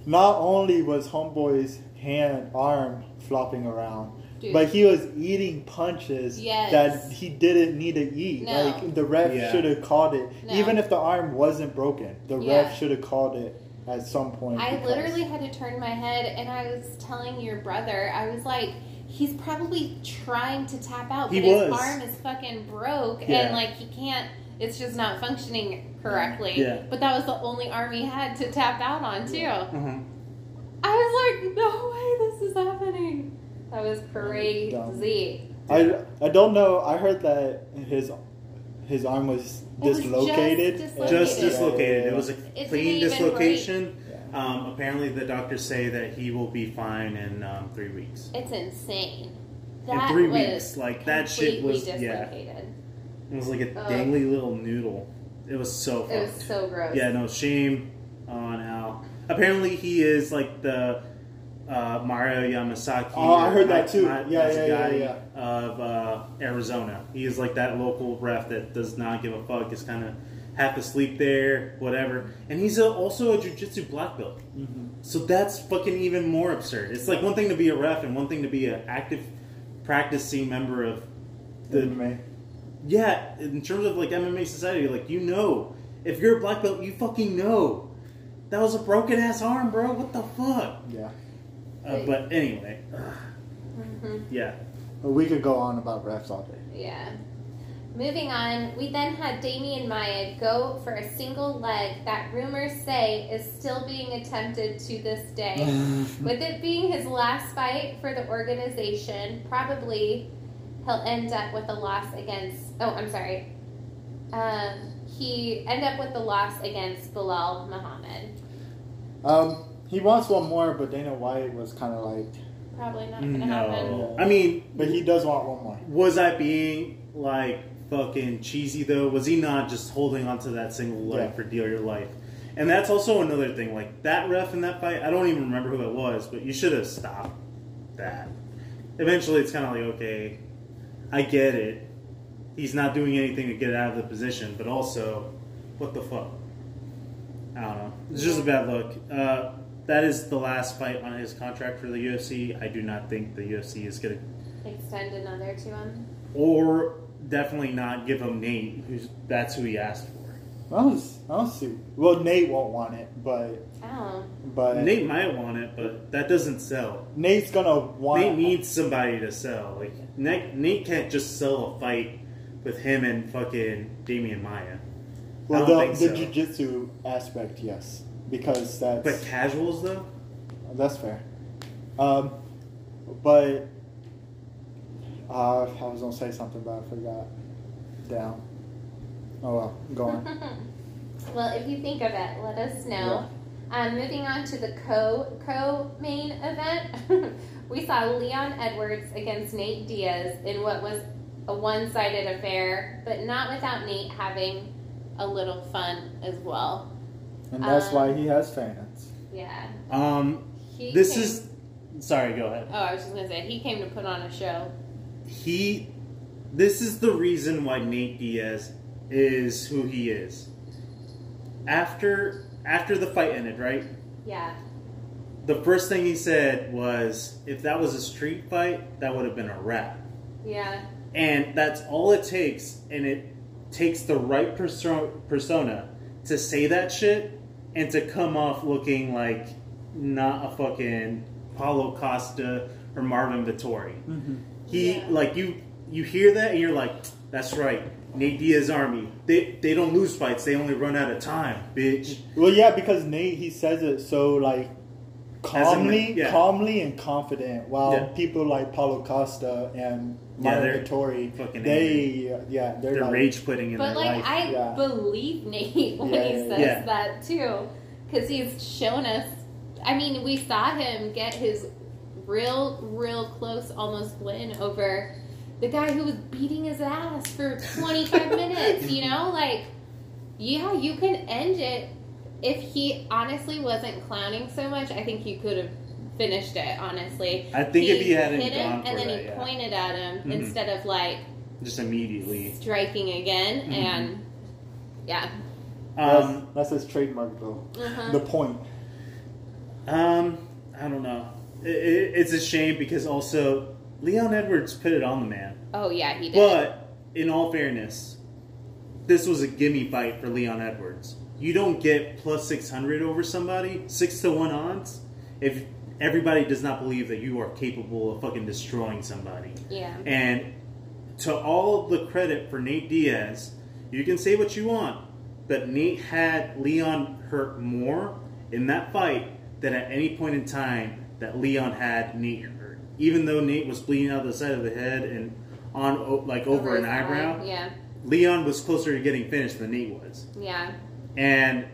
S3: not only was Homeboy's hand arm flopping around,
S2: Dude.
S3: But he was eating punches
S2: Yes.
S3: that he didn't need to eat.
S2: No.
S3: Like the ref
S1: Yeah.
S3: should have called it,
S2: No.
S3: even if the arm wasn't broken. The
S2: Yeah.
S3: ref should have called it at some point.
S2: I
S3: because-
S2: literally had to turn my head and I was telling your brother, I was like, he's probably trying to tap out,
S3: He
S2: but his
S3: was.
S2: arm is fucking broke
S3: Yeah.
S2: and like he can't, it's just not functioning correctly.
S3: Yeah.
S2: But that was the only arm he had to tap out on, too.
S1: Mhm.
S2: I was like, no way this is happening. That was crazy.
S3: I I don't know. I heard that his his arm was
S2: It was just
S3: dislocated.
S1: Just
S2: Dislocated.
S1: dislocated. It was a
S2: It's
S1: clean
S2: an even
S1: dislocation.
S3: Yeah.
S1: Um, apparently, the doctors say that he will be fine in um, three weeks.
S2: It's insane.
S1: in
S2: That
S1: three
S2: was
S1: weeks, like that shit
S2: completely
S1: was yeah.
S2: dislocated.
S1: It was like a
S2: Ugh.
S1: dangly little noodle. It was so fucked.
S2: It was so gross.
S1: Yeah, no shame on Al. Apparently, he is like the uh, Mario Yamasaki.
S3: Oh, I
S1: or
S3: heard that
S1: Ma-
S3: too.
S1: Ma-
S3: Yeah, yeah, yeah,
S1: Mazzagatti
S3: yeah.
S1: Of uh, Arizona, he is like that local ref that does not give a fuck. Is kind of half asleep there, whatever. And he's a, also a jujitsu black belt.
S3: Mhm.
S1: So that's fucking even more absurd. It's like one thing to be a ref and one thing to be an active practicing member of the
S3: MMA.
S1: yeah, in terms of like MMA society, like you know, if you're a black belt, you fucking know. That was a broken ass arm, bro. What the fuck?
S3: Yeah.
S1: Uh, but anyway, ugh,
S2: Mhm.
S1: yeah.
S3: But we could go on about refs all day.
S2: Yeah. Moving on, we then had Damien Maya go for a single leg that rumors say is still being attempted to this day.
S3: Mm-hmm.
S2: With it being his last fight for the organization, probably he'll end up with a loss against. Oh, I'm sorry. Um, he end up with the loss against Bilal Muhammad.
S3: um, he wants one more, but Dana White was kind of like,
S2: Probably not gonna happen.
S1: No, I mean,
S3: but he does want one more.
S1: was I being like fucking cheesy though? Was he not just holding on to that single leg
S3: Yeah.
S1: for dear your life? And that's also another thing. Like that ref in that fight, I don't even remember who it was, but you should have stopped that. Eventually, it's kind of like okay, I get it. He's not doing anything to get out of the position, but also, what the fuck? I don't know. It's just a bad look. Uh, that is the last fight on his contract for the UFC. I do not think the UFC is going to
S2: Extend another to him.
S1: or definitely not give him Nate, who's that's who he asked for.
S3: I don't, s- I don't see. Well, Nate won't want it, but
S2: Oh,
S3: but
S1: Nate might want it, but that doesn't sell.
S3: Nate's gonna want.
S1: Nate needs somebody to sell. Like Nate, Nate can't just sell a fight with him and fucking Damian Maya.
S3: well,
S1: I don't
S3: the,
S1: think
S3: the
S1: so.
S3: jujitsu aspect, yes, because that's
S1: But casuals though,
S3: That's fair. Um, but uh, I was gonna say something, but I forgot. Down. Oh well, go on.
S2: well, if you think of it, let us know. Um, moving on to the co co main event, we saw Leon Edwards against Nate Diaz in what was a one sided affair, but not without Nate having a little fun as well.
S3: And that's
S2: Um,
S3: why he has fans.
S2: Yeah,
S1: um,
S2: he.
S1: this
S2: came-
S1: is. Sorry, go ahead.
S2: Oh, I was just gonna say he came to put on a show.
S1: he this is the reason why Nate Diaz is who he is. After after the fight ended, right?
S2: Yeah,
S1: The first thing he said was if that was a street fight, that would have been a wrap.
S2: yeah,
S1: And that's all it takes and it takes the right perso- persona to say that shit and to come off looking like not a fucking Paulo Costa or Marvin Vittori. He
S2: Yeah.
S1: like you you hear that and you're like, that's right. Nate Diaz Army. They they don't lose fights. They only run out of time, bitch.
S3: Well, yeah, because Nate he says it so like calmly,
S1: yeah.
S3: calmly and confident. While
S1: Yeah.
S3: people like Paulo Costa and
S1: Yeah,
S3: Mario
S1: they're
S3: Vittori,
S1: fucking
S3: they yeah, they're,
S1: They're
S3: like,
S1: rage quitting in
S2: but
S1: their
S2: like
S1: life.
S2: I
S3: yeah.
S2: believe Nate when
S3: Yeah,
S2: he
S3: yeah,
S2: says
S1: yeah.
S2: that too, because he's shown us. I mean, we saw him get his real, real close, almost win over the guy who was beating his ass for 25 minutes. You know, like yeah, you can end it if he honestly wasn't clowning so much. I think he could have finished it honestly.
S1: I think if he hadn't
S2: hit him
S1: gone for
S2: and then
S1: that,
S2: he
S1: yeah.
S2: pointed at him
S1: Mhm.
S2: instead of like
S1: just immediately.
S2: striking again
S1: Mhm.
S2: and yeah
S3: That's,
S1: Um,
S3: that's his trademark though.
S2: uh-huh.
S3: The point.
S1: um, I don't know. It, it, it's a shame because also Leon Edwards put it on the man.
S2: Oh yeah, he did.
S1: But in all fairness, this was a gimme fight for Leon Edwards. You don't get plus 600 over somebody, 6 to 1 odds, if everybody does not believe that you are capable of fucking destroying somebody.
S2: yeah.
S1: And to all of the credit for Nate Diaz, you can say what you want, but Nate had Leon hurt more in that fight than at any point in time that Leon had Nate hurt. Even though Nate was bleeding out the side of the head and on o- like over,
S2: his
S1: an
S2: eye.
S1: eyebrow,
S2: Yeah.
S1: Leon was closer to getting finished than Nate was.
S2: Yeah.
S1: And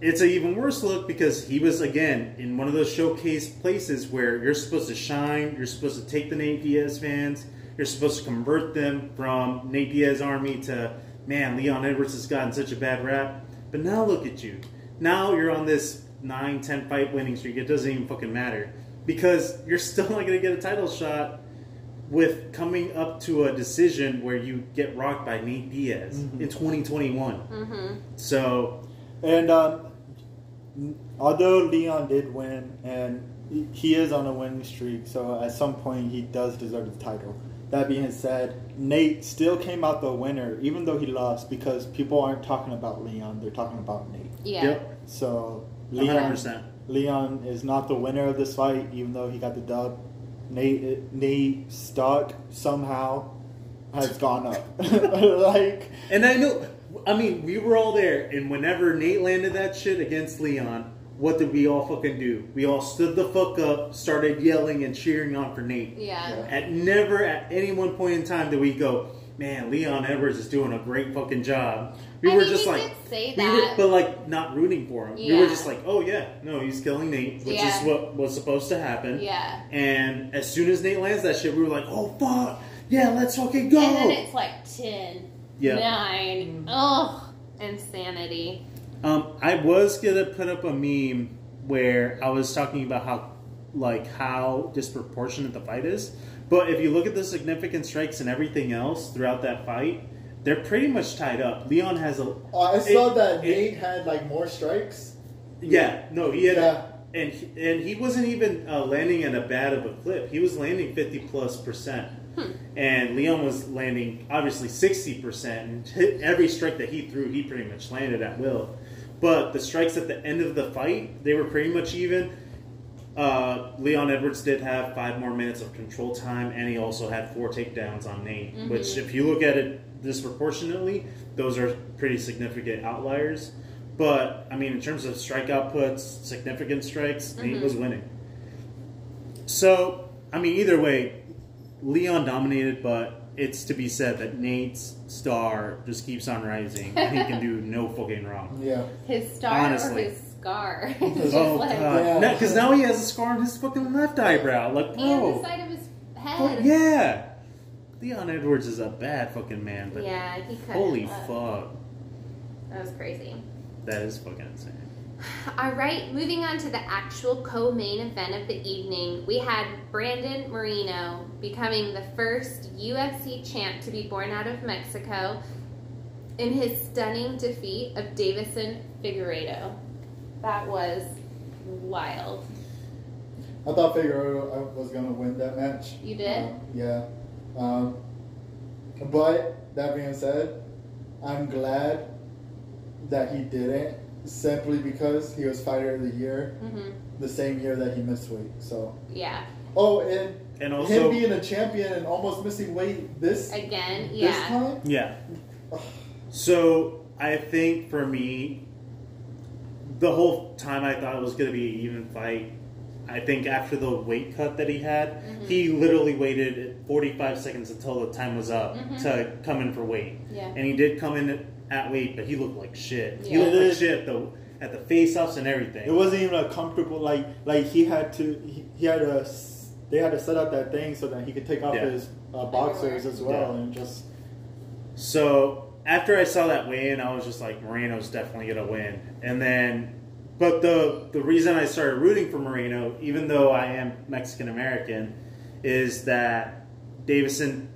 S1: it's an even worse look because he was again in one of those showcase places where you're supposed to shine, you're supposed to take the Nate Diaz fans, you're supposed to convert them from Nate Diaz army to man, Leon Edwards has gotten such a bad rap. But now look at you. Now you're on this 9 10 fight winning streak. It doesn't even fucking matter because you're still not going to get a title shot with coming up to a decision where you get rocked by Nate Diaz
S3: Mhm.
S1: in 2021.
S2: Mm-hmm.
S1: So
S3: And um, although Leon did win, and he- he is on a winning streak, so at some point he does deserve the title. That being said, Nate still came out the winner, even though he lost, because people aren't talking about Leon; they're talking about Nate.
S2: Yeah.
S1: Yep,
S3: So Leon,
S1: 100%.
S3: Leon is not the winner of this fight, even though he got the dub. Nate, Nate Stark somehow has gone up. like
S1: And I know, I mean, we were all there, and whenever Nate landed that shit against Leon, what did we all fucking do? We all stood the fuck up, started yelling and cheering on for Nate.
S2: Yeah.
S1: At never at any one point in time did we go, man, Leon Edwards is doing a great fucking job. We
S2: I
S1: were
S2: mean,
S1: just
S2: you
S1: like,
S2: did say
S1: we were,
S2: that.
S1: but like not rooting for him. We
S2: Yeah.
S1: were just like, oh yeah, no, he's killing Nate, which
S2: Yeah.
S1: is what was supposed to happen.
S2: yeah.
S1: And as soon as Nate lands that shit, we were like, oh fuck, yeah, let's fucking go.
S2: And then it's like 10,
S1: Yeah.
S2: 9. Ugh. Insanity.
S1: Um, I was gonna put up a meme where I was talking about how, like, how disproportionate the fight is. But if you look at the significant strikes and everything else throughout that fight, they're pretty much tied up. Leon has a
S3: I
S1: saw that Nate
S3: had like more strikes.
S1: yeah, no, he had,
S3: Yeah.
S1: and he, and he wasn't even uh, landing at a bad of a clip. He was landing fifty plus percent, and Leon was landing obviously sixty percent. And hit every strike that he threw, he pretty much landed at will. But the strikes at the end of the fight, they were pretty much even. Uh, Leon Edwards did have five more minutes of control time, and he also had four takedowns on Nate.
S2: Mm-hmm.
S1: Which, if you look at it disproportionately, those are pretty significant outliers. But I mean, in terms of strike outputs, significant strikes,
S2: Mm-hmm.
S1: Nate was winning. So, I mean, either way, Leon dominated, but it's to be said that Nate's star just keeps on rising. and he can do no fucking wrong.
S3: Yeah.
S2: His star
S1: Honestly.
S2: or his scar. It's just
S1: Oh
S2: like-
S3: Yeah.
S1: god! Because now he has a scar on his fucking left eyebrow. Like,
S2: And
S1: bro,
S2: the side of his
S1: Oh,
S2: head.
S1: yeah. Leon Edwards is a bad fucking man, but
S2: Yeah, he cut
S1: holy
S2: him up.
S1: fuck,
S2: That was crazy.
S1: that is fucking insane.
S2: All right, moving on to the actual co main event of the evening. We had Brandon Marino becoming the first UFC champ to be born out of Mexico in his stunning defeat of Davison Figueredo. That was wild.
S3: I thought Figueroa I was gonna win that match.
S2: You did?
S3: Um, yeah. Um, but that being said, I'm glad that he didn't simply because he was fighter of the year
S2: hmm
S3: the same year that he missed weight. So
S2: Yeah.
S3: oh, and
S1: And
S3: him
S1: also,
S3: being a champion and almost missing weight this
S2: Again,
S3: this
S2: yeah.
S3: time.
S1: yeah. So I think for me, the whole time I thought it was going to be an even fight. I think after the weight cut that he had,
S2: Mm-hmm.
S1: he literally waited 45 seconds until the time was up
S2: Mhm.
S1: to come in for weight.
S2: Yeah.
S1: And he did come in at weight, but he looked like shit. He
S2: Yeah.
S1: looked like shit at the, at the face offs and everything.
S3: It wasn't even a comfortable like like he had to he, he had a s- they had to set up that thing so that he could take off
S1: Yeah.
S3: his uh, boxers as well
S1: Yeah.
S3: and just
S1: So after I saw that win, I was just like, Moreno's definitely gonna win. And then, but the the reason I started rooting for Moreno, even though I am Mexican American, is that Davison.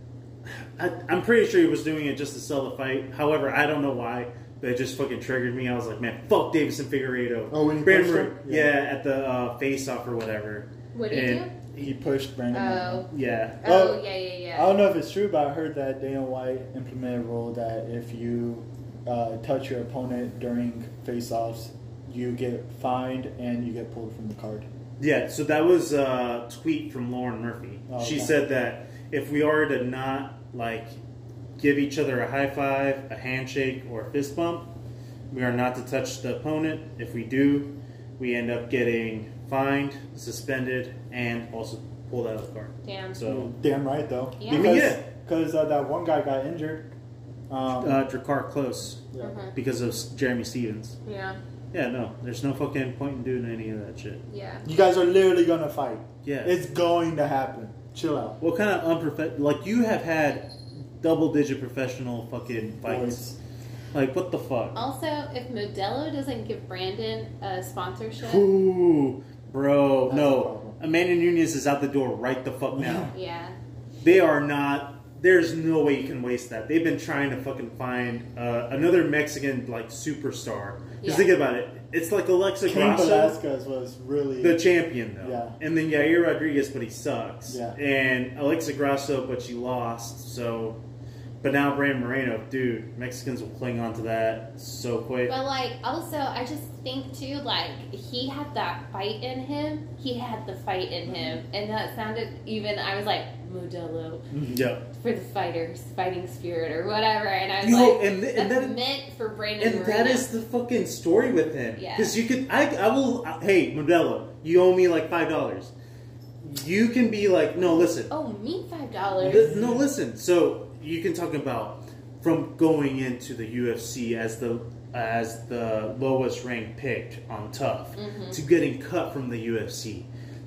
S1: I, I'm pretty sure he was doing it just to sell the fight. However, I don't know why. But it just fucking triggered me. I was like, man, fuck Davison Figueredo.
S3: Oh, when he
S1: Brandon
S3: punched
S1: Moreno-
S3: him?
S1: yeah.
S3: Yeah.
S1: at the uh, face off or whatever.
S2: What did he
S1: And
S2: do?
S3: he pushed Brandon.
S2: Oh.
S3: Yeah.
S2: Oh, yeah, yeah, yeah.
S3: I don't know if it's true, but I heard that Dana White implemented a rule that if you uh, touch your opponent during face-offs, you get fined and you get pulled from the card.
S1: Yeah, so that was a tweet from Lauren Murphy.
S3: Oh,
S1: she
S3: okay.
S1: said that if we are to not like give each other a high five, a handshake, or a fist bump, we are not to touch the opponent. If we do, we end up getting fined, suspended, and also pulled out of the card.
S2: Damn.
S1: So Oh,
S3: Damn right though.
S2: Yeah.
S3: Because
S1: Yeah.
S3: cause, uh, that one guy got injured. Um,
S1: uh, Dracar close
S3: yeah.
S2: Mhm.
S1: because of S- Jeremy Stevens.
S2: Yeah,
S1: Yeah, no, there's no fucking point in doing any of that shit.
S2: yeah.
S3: You guys are literally gonna fight.
S1: Yeah.
S3: It's going to happen. Chill out.
S1: What kind of unprofessional? Like you have had double-digit professional fucking fights. Like what the fuck?
S2: Also, if Modelo doesn't give Brandon a sponsorship,
S1: Ooh, bro,
S3: That's the
S1: no.
S3: problem.
S1: Amanda Nunez is out the door right the fuck now.
S2: yeah.
S1: they are not. There's no way you can waste that. They've been trying to fucking find uh, another Mexican like superstar. Just
S2: Yeah.
S1: think about it. It's like Alexa
S3: Cain
S1: Grasso,
S3: Velasquez was really
S1: the champion though,
S3: Yeah.
S1: and then Yair Rodriguez, but he sucks.
S3: Yeah.
S1: And Alexa Grasso, but she lost. So, but now Brand Moreno, dude, Mexicans will cling on to that so quick.
S2: But like, also, I just think too, like he had that fight in him. He had the fight
S1: Mm-hmm.
S2: in him, and that sounded even. I was like Modelo
S1: yeah.
S2: for the fighters, fighting spirit, or whatever. And I was
S1: You know,
S2: like,
S1: and th- and
S2: that's
S1: that-
S2: meant for Brandon.
S1: And that
S2: Moreno.
S1: is the fucking story with him.
S2: Yeah.
S1: Because you could, I, I will. I- hey, Modelo, you owe me like five dollars. You can be like, no, listen,
S2: oh, me five
S1: Th-
S2: dollars.
S1: no, listen. So you can talk about from going into the UFC as the as the lowest ranked picked on Tough
S2: Mm-hmm.
S1: to getting cut from the UFC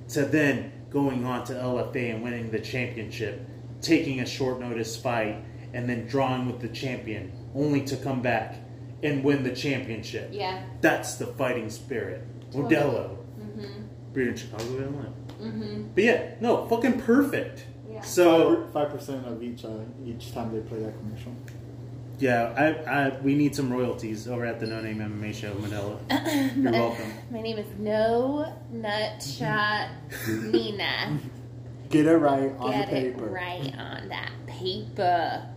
S1: to then going on to LFA and winning the championship, taking a short notice fight, and then drawing with the champion, only to come back and win the championship.
S2: Yeah.
S1: That's the fighting spirit.
S2: Totally.
S1: Modelo.
S2: Mm-hmm.
S1: Breed in Chicago, Illinois.
S2: Mm-hmm.
S1: But yeah, no, fucking perfect.
S2: Yeah.
S1: So
S3: five percent of each uh, each time they play that commercial.
S1: Yeah, I, I we need some royalties over at the No Name MMA show, Manila. You're welcome.
S2: My name is No Nut Shot Nina.
S3: Get it right on
S2: Get
S3: the paper.
S2: it right on that paper.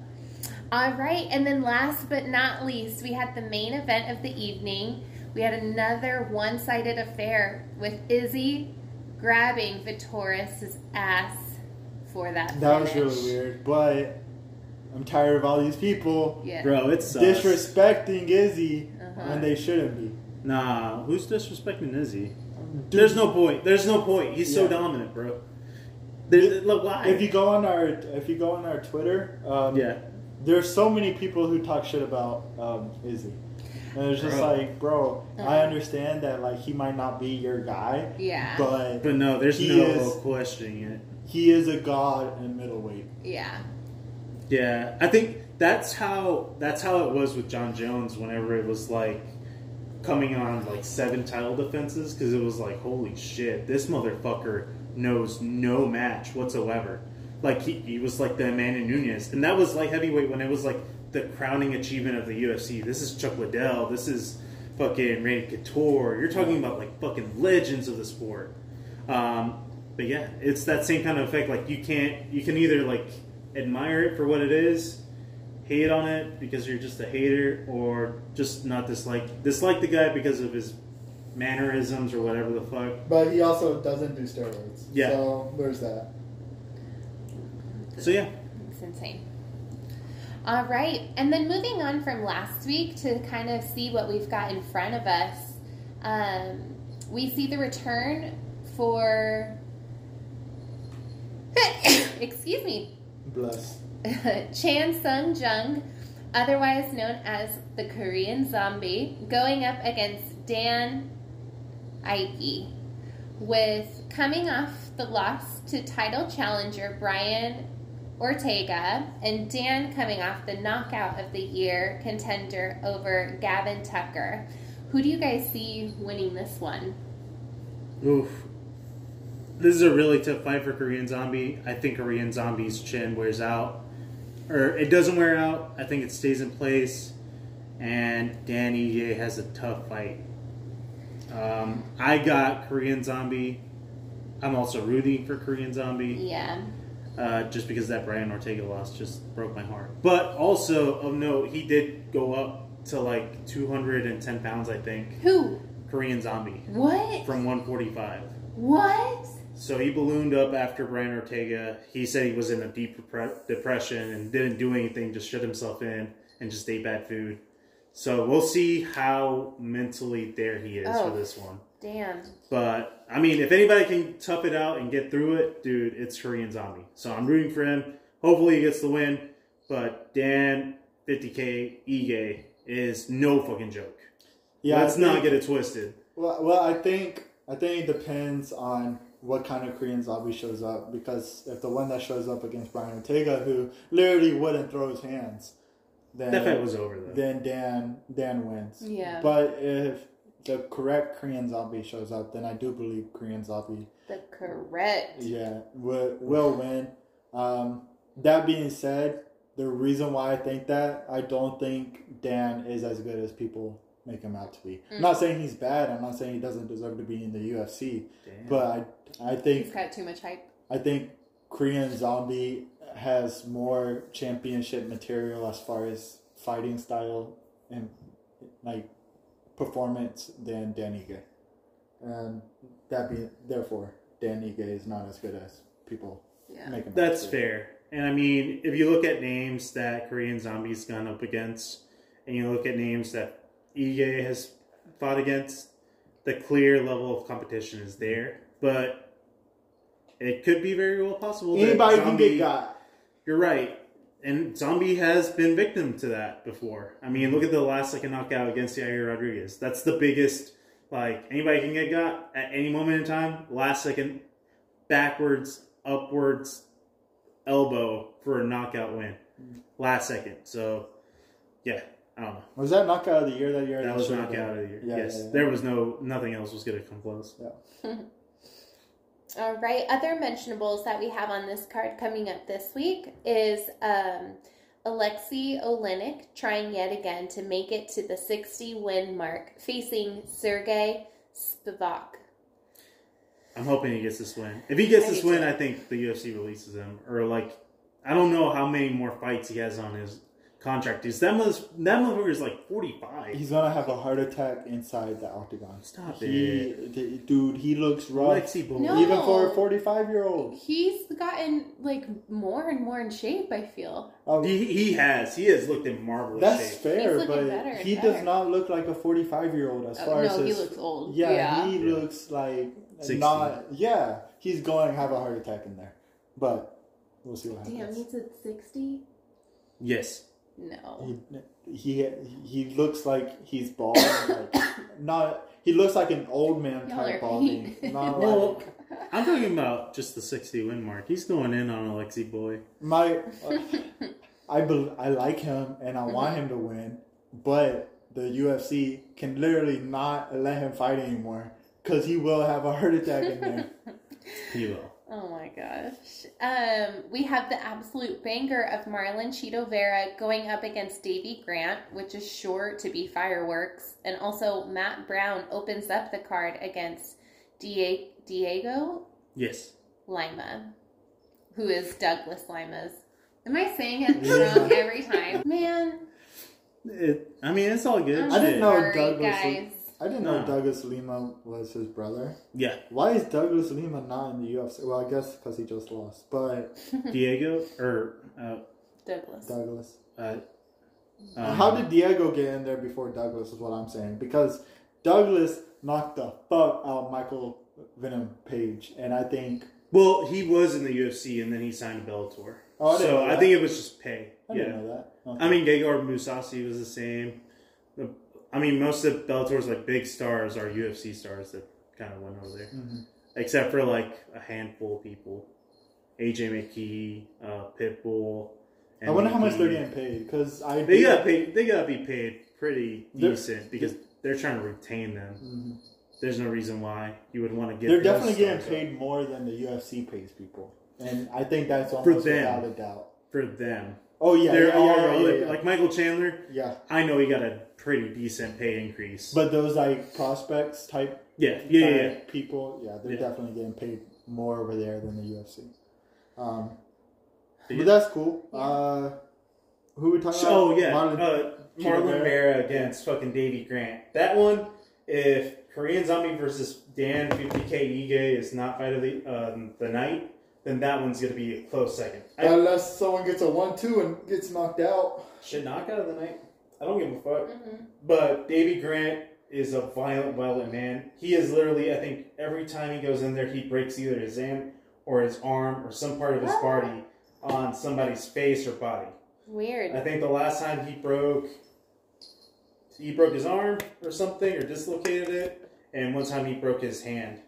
S2: All right, and then last but not least, we had the main event of the evening. We had another one sided affair with Izzy grabbing Vitoris' ass for that.
S3: That was
S2: finish.
S3: really weird, but I'm tired of all these people
S2: Yeah.
S1: Bro, it's sus.
S3: disrespecting Izzy
S2: Uh-huh.
S3: when they shouldn't be.
S1: Nah, who's disrespecting Izzy?
S3: Dude,
S1: There's no point. There's no point. He's so
S3: Yeah.
S1: dominant, bro. There's,
S3: If-
S1: look, why?
S3: If you go on our if you go on our Twitter, um,
S1: yeah,
S3: there's so many people who talk shit about um, Izzy, and it's just
S1: Bro.
S3: like, bro, I
S2: Uh-huh.
S3: understand that like he might not be your guy,
S2: Yeah.
S3: but
S1: but no, there's
S3: He
S1: no
S3: is-
S1: questioning it.
S3: he is a god in middleweight.
S2: yeah.
S1: Yeah, I think that's how that's how it was with John Jones. Whenever it was like coming on like seven title defenses, because it was like, holy shit, this motherfucker knows no match whatsoever. Like he, he was like the Amanda Nunez, and that was like heavyweight when it was like the crowning achievement of the UFC. This is Chuck Liddell. This is fucking Randy Couture. You're talking about like fucking legends of the sport. Um, but yeah, it's that same kind of effect. Like you can't, you can either like admire it for what it is, hate on it because you're just a hater, or just not dislike dislike the guy because of his mannerisms or whatever the fuck.
S3: But he also doesn't do steroids.
S1: Yeah.
S3: So there's that.
S1: So yeah,
S2: It's insane. All right, and then moving on from last week to kind of see what we've got in front of us, um, we see the return for. Excuse me,
S3: Bless.
S2: Chan Sung Jung, otherwise known as the Korean Zombie, going up against Dan Ige, with coming off the loss to title challenger Brian Ortega, and Dan coming off the knockout of the year contender over Gavin Tucker. Who do you guys see winning this one?
S1: oof. This is a really tough fight for Korean Zombie. I think Korean Zombie's chin wears out, or it doesn't wear out. I think it stays in place, and Danny Ye has a tough fight. Um, I got Korean Zombie I'm also rooting for Korean Zombie
S2: Yeah.
S1: uh, just because that Brian Ortega loss just broke my heart. But also of note, he did go up to like 210 pounds, I think.
S2: Who?
S1: Korean Zombie
S2: What?
S1: from 145.
S2: What?
S1: So he ballooned up after Brian Ortega. He said he was in a deep depre- depression and didn't do anything, just shut himself in and just ate bad food. So we'll see how mentally there he is
S2: Oh.
S1: for this one.
S2: Damn.
S1: But I mean, if anybody can tough it out and get through it, dude, it's Korean Zombie. So I'm rooting for him. Hopefully he gets the win. But Dan 50k Ige is no fucking joke.
S3: Yeah,
S1: Let's
S3: I
S1: not
S3: think-
S1: get it twisted.
S3: Well, well, I think I think it depends on what kind of Korean zombie shows up because if the one that shows up against Brian Ortega, who literally wouldn't throw his hands, then
S1: That fight was over though.
S3: then Dan Dan wins.
S2: Yeah.
S3: But if the correct Korean zombie shows up, then I do believe Korean zombie
S2: The correct.
S3: yeah, will will win. Um, that being said, the reason why I think that I don't think Dan is as good as people make him out to be. I'm not saying he's bad. I'm not saying he doesn't deserve to be in the UFC.
S1: Damn.
S3: But I I
S2: He's
S3: think
S2: got too much hype.
S3: I think Korean Zombie has more championship material as far as fighting style and like performance than Dan Ige. And that be therefore Dan Ige is not as good as people
S2: Yeah.
S3: make him. out
S1: That's
S3: to be.
S1: fair. And I mean, if you look at names that Korean Zombie's gone up against, and you look at names that EA has fought against, the clear level of competition is there. But it could be very well possible that
S3: Anybody can
S1: Zombie-
S3: get got.
S1: You're right. And Zombie has been victim to that before. I mean, look at the last second knockout against Yair Rodriguez. That's the biggest, like, anybody can get got at any moment in time. Last second, backwards, upwards, elbow for a knockout win. Last second. So, yeah, I don't know.
S3: Was that knockout of the year that year?
S1: That was knockout of the year.
S3: Yeah,
S1: yes,
S3: yeah, yeah.
S1: there was no, nothing else was going to come close.
S2: All right. Other mentionables that we have on this card coming up this week is um, Alexei Olenek trying yet again to make it to the 60 win mark, facing Sergey Spivak.
S1: I'm hoping he gets this win. If he gets
S2: I
S1: this
S2: do
S1: win,
S2: too.
S1: I think the UFC releases him. Or like, I don't know how many more fights he has on his contract. Dude, that was that motherfucker is like 45.
S3: He's gonna have a heart attack inside the octagon.
S1: Stop
S3: He, d- dude, he looks rough.
S1: Alexi Bull.
S2: No.
S3: Even for a 45 year old.
S2: He's gotten like more and more in shape, I feel.
S1: He, he has. He has looked in marvelous
S3: That's
S1: shape.
S3: fair,
S2: He's looking better
S3: but
S2: and
S3: he
S2: better.
S3: does not look like a 45 year old as
S2: Oh,
S3: far as
S2: no, he
S3: his.
S2: looks old.
S3: yeah, he
S1: Yeah.
S3: looks like
S1: 60.
S3: not. Yeah, he's going to have a heart attack in there, but we'll see what
S2: Damn,
S3: happens.
S2: he's at 60?
S1: Yes.
S2: No.
S3: He, he he looks like he's bald, like not. He looks like an old man
S2: Y'all are
S3: type balding,
S2: mean.
S3: not
S1: Well,
S3: like
S1: I'm talking about just the 60 win mark. He's going in on Alexi Boy.
S3: my. I bel I like him and I want him to win, but the UFC can literally not let him fight anymore because he will have a heart attack in there.
S1: He will.
S2: Oh my gosh. Um, we have the absolute banger of Marlon Cheeto Vera going up against Davy Grant, which is sure to be fireworks. And also, Matt Brown opens up the card against Die- Diego
S1: Yes.
S2: Lima, who is Douglas Lima's. Am I saying it wrong every time? Man,
S1: It, I mean, it's all good.
S2: I'm
S3: I didn't know
S2: sorry,
S3: Douglas-
S2: guys.
S3: I didn't know
S1: No.
S3: Douglas Lima was his brother.
S1: Yeah.
S3: Why is Douglas Lima not in the UFC? Well, I guess because he just lost. But
S1: Diego or uh,
S2: Douglas.
S3: Douglas,
S1: uh, um,
S3: how did Diego get in there before Douglas? Is what I'm saying because Douglas knocked the fuck out Michael Venom Page, and I think
S1: Well, he was in the UFC and then he signed a Bellator.
S3: Oh, I didn't
S1: so
S3: know
S1: I
S3: that.
S1: think it was just pay.
S3: I
S1: yeah.
S3: didn't know that. Okay.
S1: I mean, Gegard Mousasi was the same. The- I mean, most of Bellator's like big stars are UFC stars that kind of went over there,
S3: Mhm.
S1: except for like a handful of people. AJ McKee, uh, Pitbull.
S3: I wonder how much
S1: McKee.
S3: they're getting paid because I
S1: They
S3: do-
S1: got paid. They got to be paid pretty
S3: They're-
S1: decent because they're trying to retain them.
S3: Mhm.
S1: There's no reason why you would want to get.
S3: They're
S1: those
S3: definitely getting
S1: stars up.
S3: paid more than the UFC pays people, and I think that's
S1: For
S3: almost
S1: them.
S3: without a doubt.
S1: for them.
S3: Oh yeah,
S1: there
S3: yeah,
S1: are
S3: yeah, yeah,
S1: other
S3: yeah, yeah.
S1: like Michael Chandler.
S3: Yeah.
S1: I know he got a pretty decent pay increase.
S3: but those like prospects type
S1: yeah, yeah, yeah,
S3: type people, yeah, they're
S1: Yeah.
S3: definitely getting paid more over there than the UFC. Um,
S1: Yeah.
S3: but that's cool.
S2: Yeah.
S3: Uh, who we talking
S1: Oh
S3: about?
S1: yeah,
S3: Marlon-
S1: uh, Marlon
S3: Vera.
S1: Vera against fucking Davy Grant. That one, if Korean Zombie versus Dan 50K Ige is not fight of the um, the night, then that one's gonna be a close second. I
S3: Unless someone gets a one-two and gets knocked out.
S1: should knock out of the night. I don't give a fuck.
S2: Mhm.
S1: But Davy Grant is a violent, violent man. He is literally, I think, every time he goes in there, he breaks either his hand or his arm or some part of his body on somebody's face or body. I
S2: Weird.
S1: think the last time he broke, he broke his arm or something, or dislocated it, and one time he broke his hand,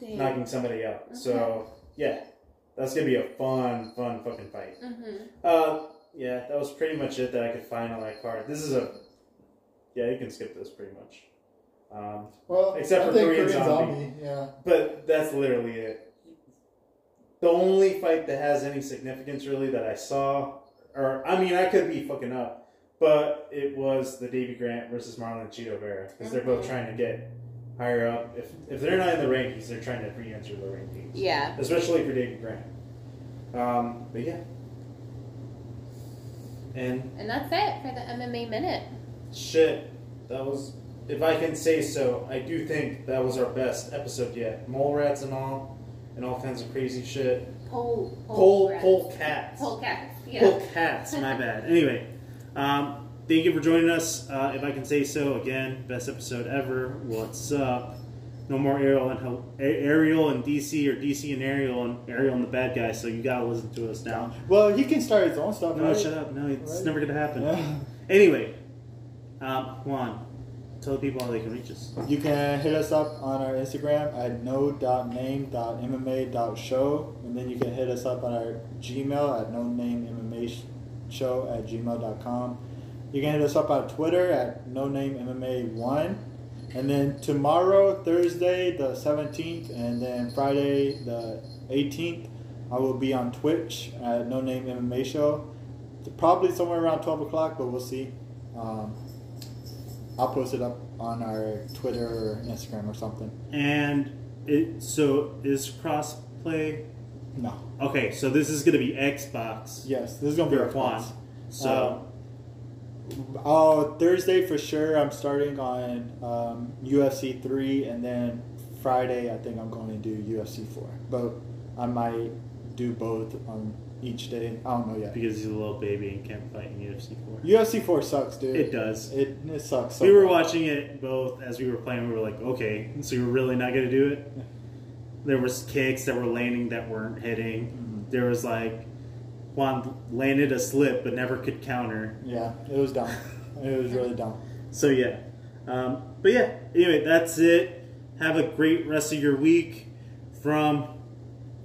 S2: Dang.
S1: knocking somebody out. So yeah, that's gonna be a fun, fun fucking fight.
S2: hmm
S1: Uh, yeah, that was pretty much it that I could find on that card. This is a, yeah, you can skip this pretty much. Um,
S3: Well,
S1: Except
S3: I
S1: for
S3: think
S1: Korean Zombie.
S3: Yeah.
S1: but that's literally it. The only fight that has any significance really that I saw, or I mean, I could be fucking up, but it was the Davy Grant versus Marlon Cheeto Vera because they're both trying to get higher up. If if they're not in the rankings, they're trying to re-enter the rankings,
S2: Yeah.
S1: especially for Davy Grant. Um, but yeah, and
S2: And that's it for the MMA minute.
S1: Shit, that was, if I can say so, I do think that was our best episode yet. Mole rats and all, and all kinds of crazy shit.
S2: Pole.
S1: Pole,
S2: rats.
S1: pole cats.
S2: Pole cats. Yeah.
S1: Pole cats, my bad. Anyway, um, thank you for joining us. Uh, if I can say so, again, best episode ever. What's up? No more Ariel and Hel- A- Ariel and DC or DC and Ariel and Ariel and the bad guy. So you gotta listen to us now.
S3: Well, he can start his own stuff.
S1: No,
S3: right?
S1: shut up. No, it's
S3: Right.
S1: never gonna happen.
S3: Yeah.
S1: Anyway, um, Juan, tell the people how they can reach us.
S3: You can hit us up on our Instagram at no.name.mma.show, and then you can hit us up on our Gmail at no name MMA show at gmail.com. You can hit us up on Twitter at no name MMA1. And then tomorrow, Thursday the 17th, and then Friday the 18th, I will be on Twitch at no name MMA show. Probably somewhere around 12 o'clock, but we'll see. Um, I'll post it up on our Twitter or Instagram or something.
S1: And it so is crossplay.
S3: No.
S1: Okay, so this is gonna be Xbox
S3: Yes, this is gonna be
S1: for
S3: our Uh,
S1: Juan.
S3: fun.
S1: So
S3: Oh, Thursday for sure. I'm starting on um, UFC three, and then Friday I think I'm going to do UFC four. But I might do both on each day. I don't know yet.
S1: because he's a little baby and can't fight in UFC four,
S3: UFC four sucks, dude.
S1: it does.
S3: It, it sucks. so
S1: we were
S3: bad.
S1: watching it both as we were playing. We were like, okay, so you're really not gonna do it. There was kicks that were landing that weren't hitting.
S3: Mm-hmm.
S1: There was like Juan landed a slip but never could counter.
S3: Yeah, it was dumb. it was really dumb.
S1: So yeah, um, but yeah. Anyway, that's it. Have a great rest of your week from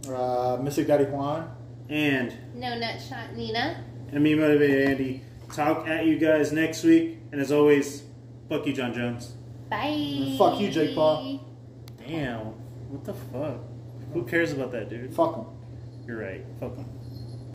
S3: Uh, Mystic Daddy Juan.
S1: and
S2: No nut shot, Nina.
S1: and me motivated Andy. Talk at you guys next week, and as always, fuck you, John Jones.
S2: Bye.
S3: Fuck you, Jake Paul.
S1: Damn, what the fuck? Who cares about that, dude?
S3: Fuck him.
S1: You're right. Fuck him.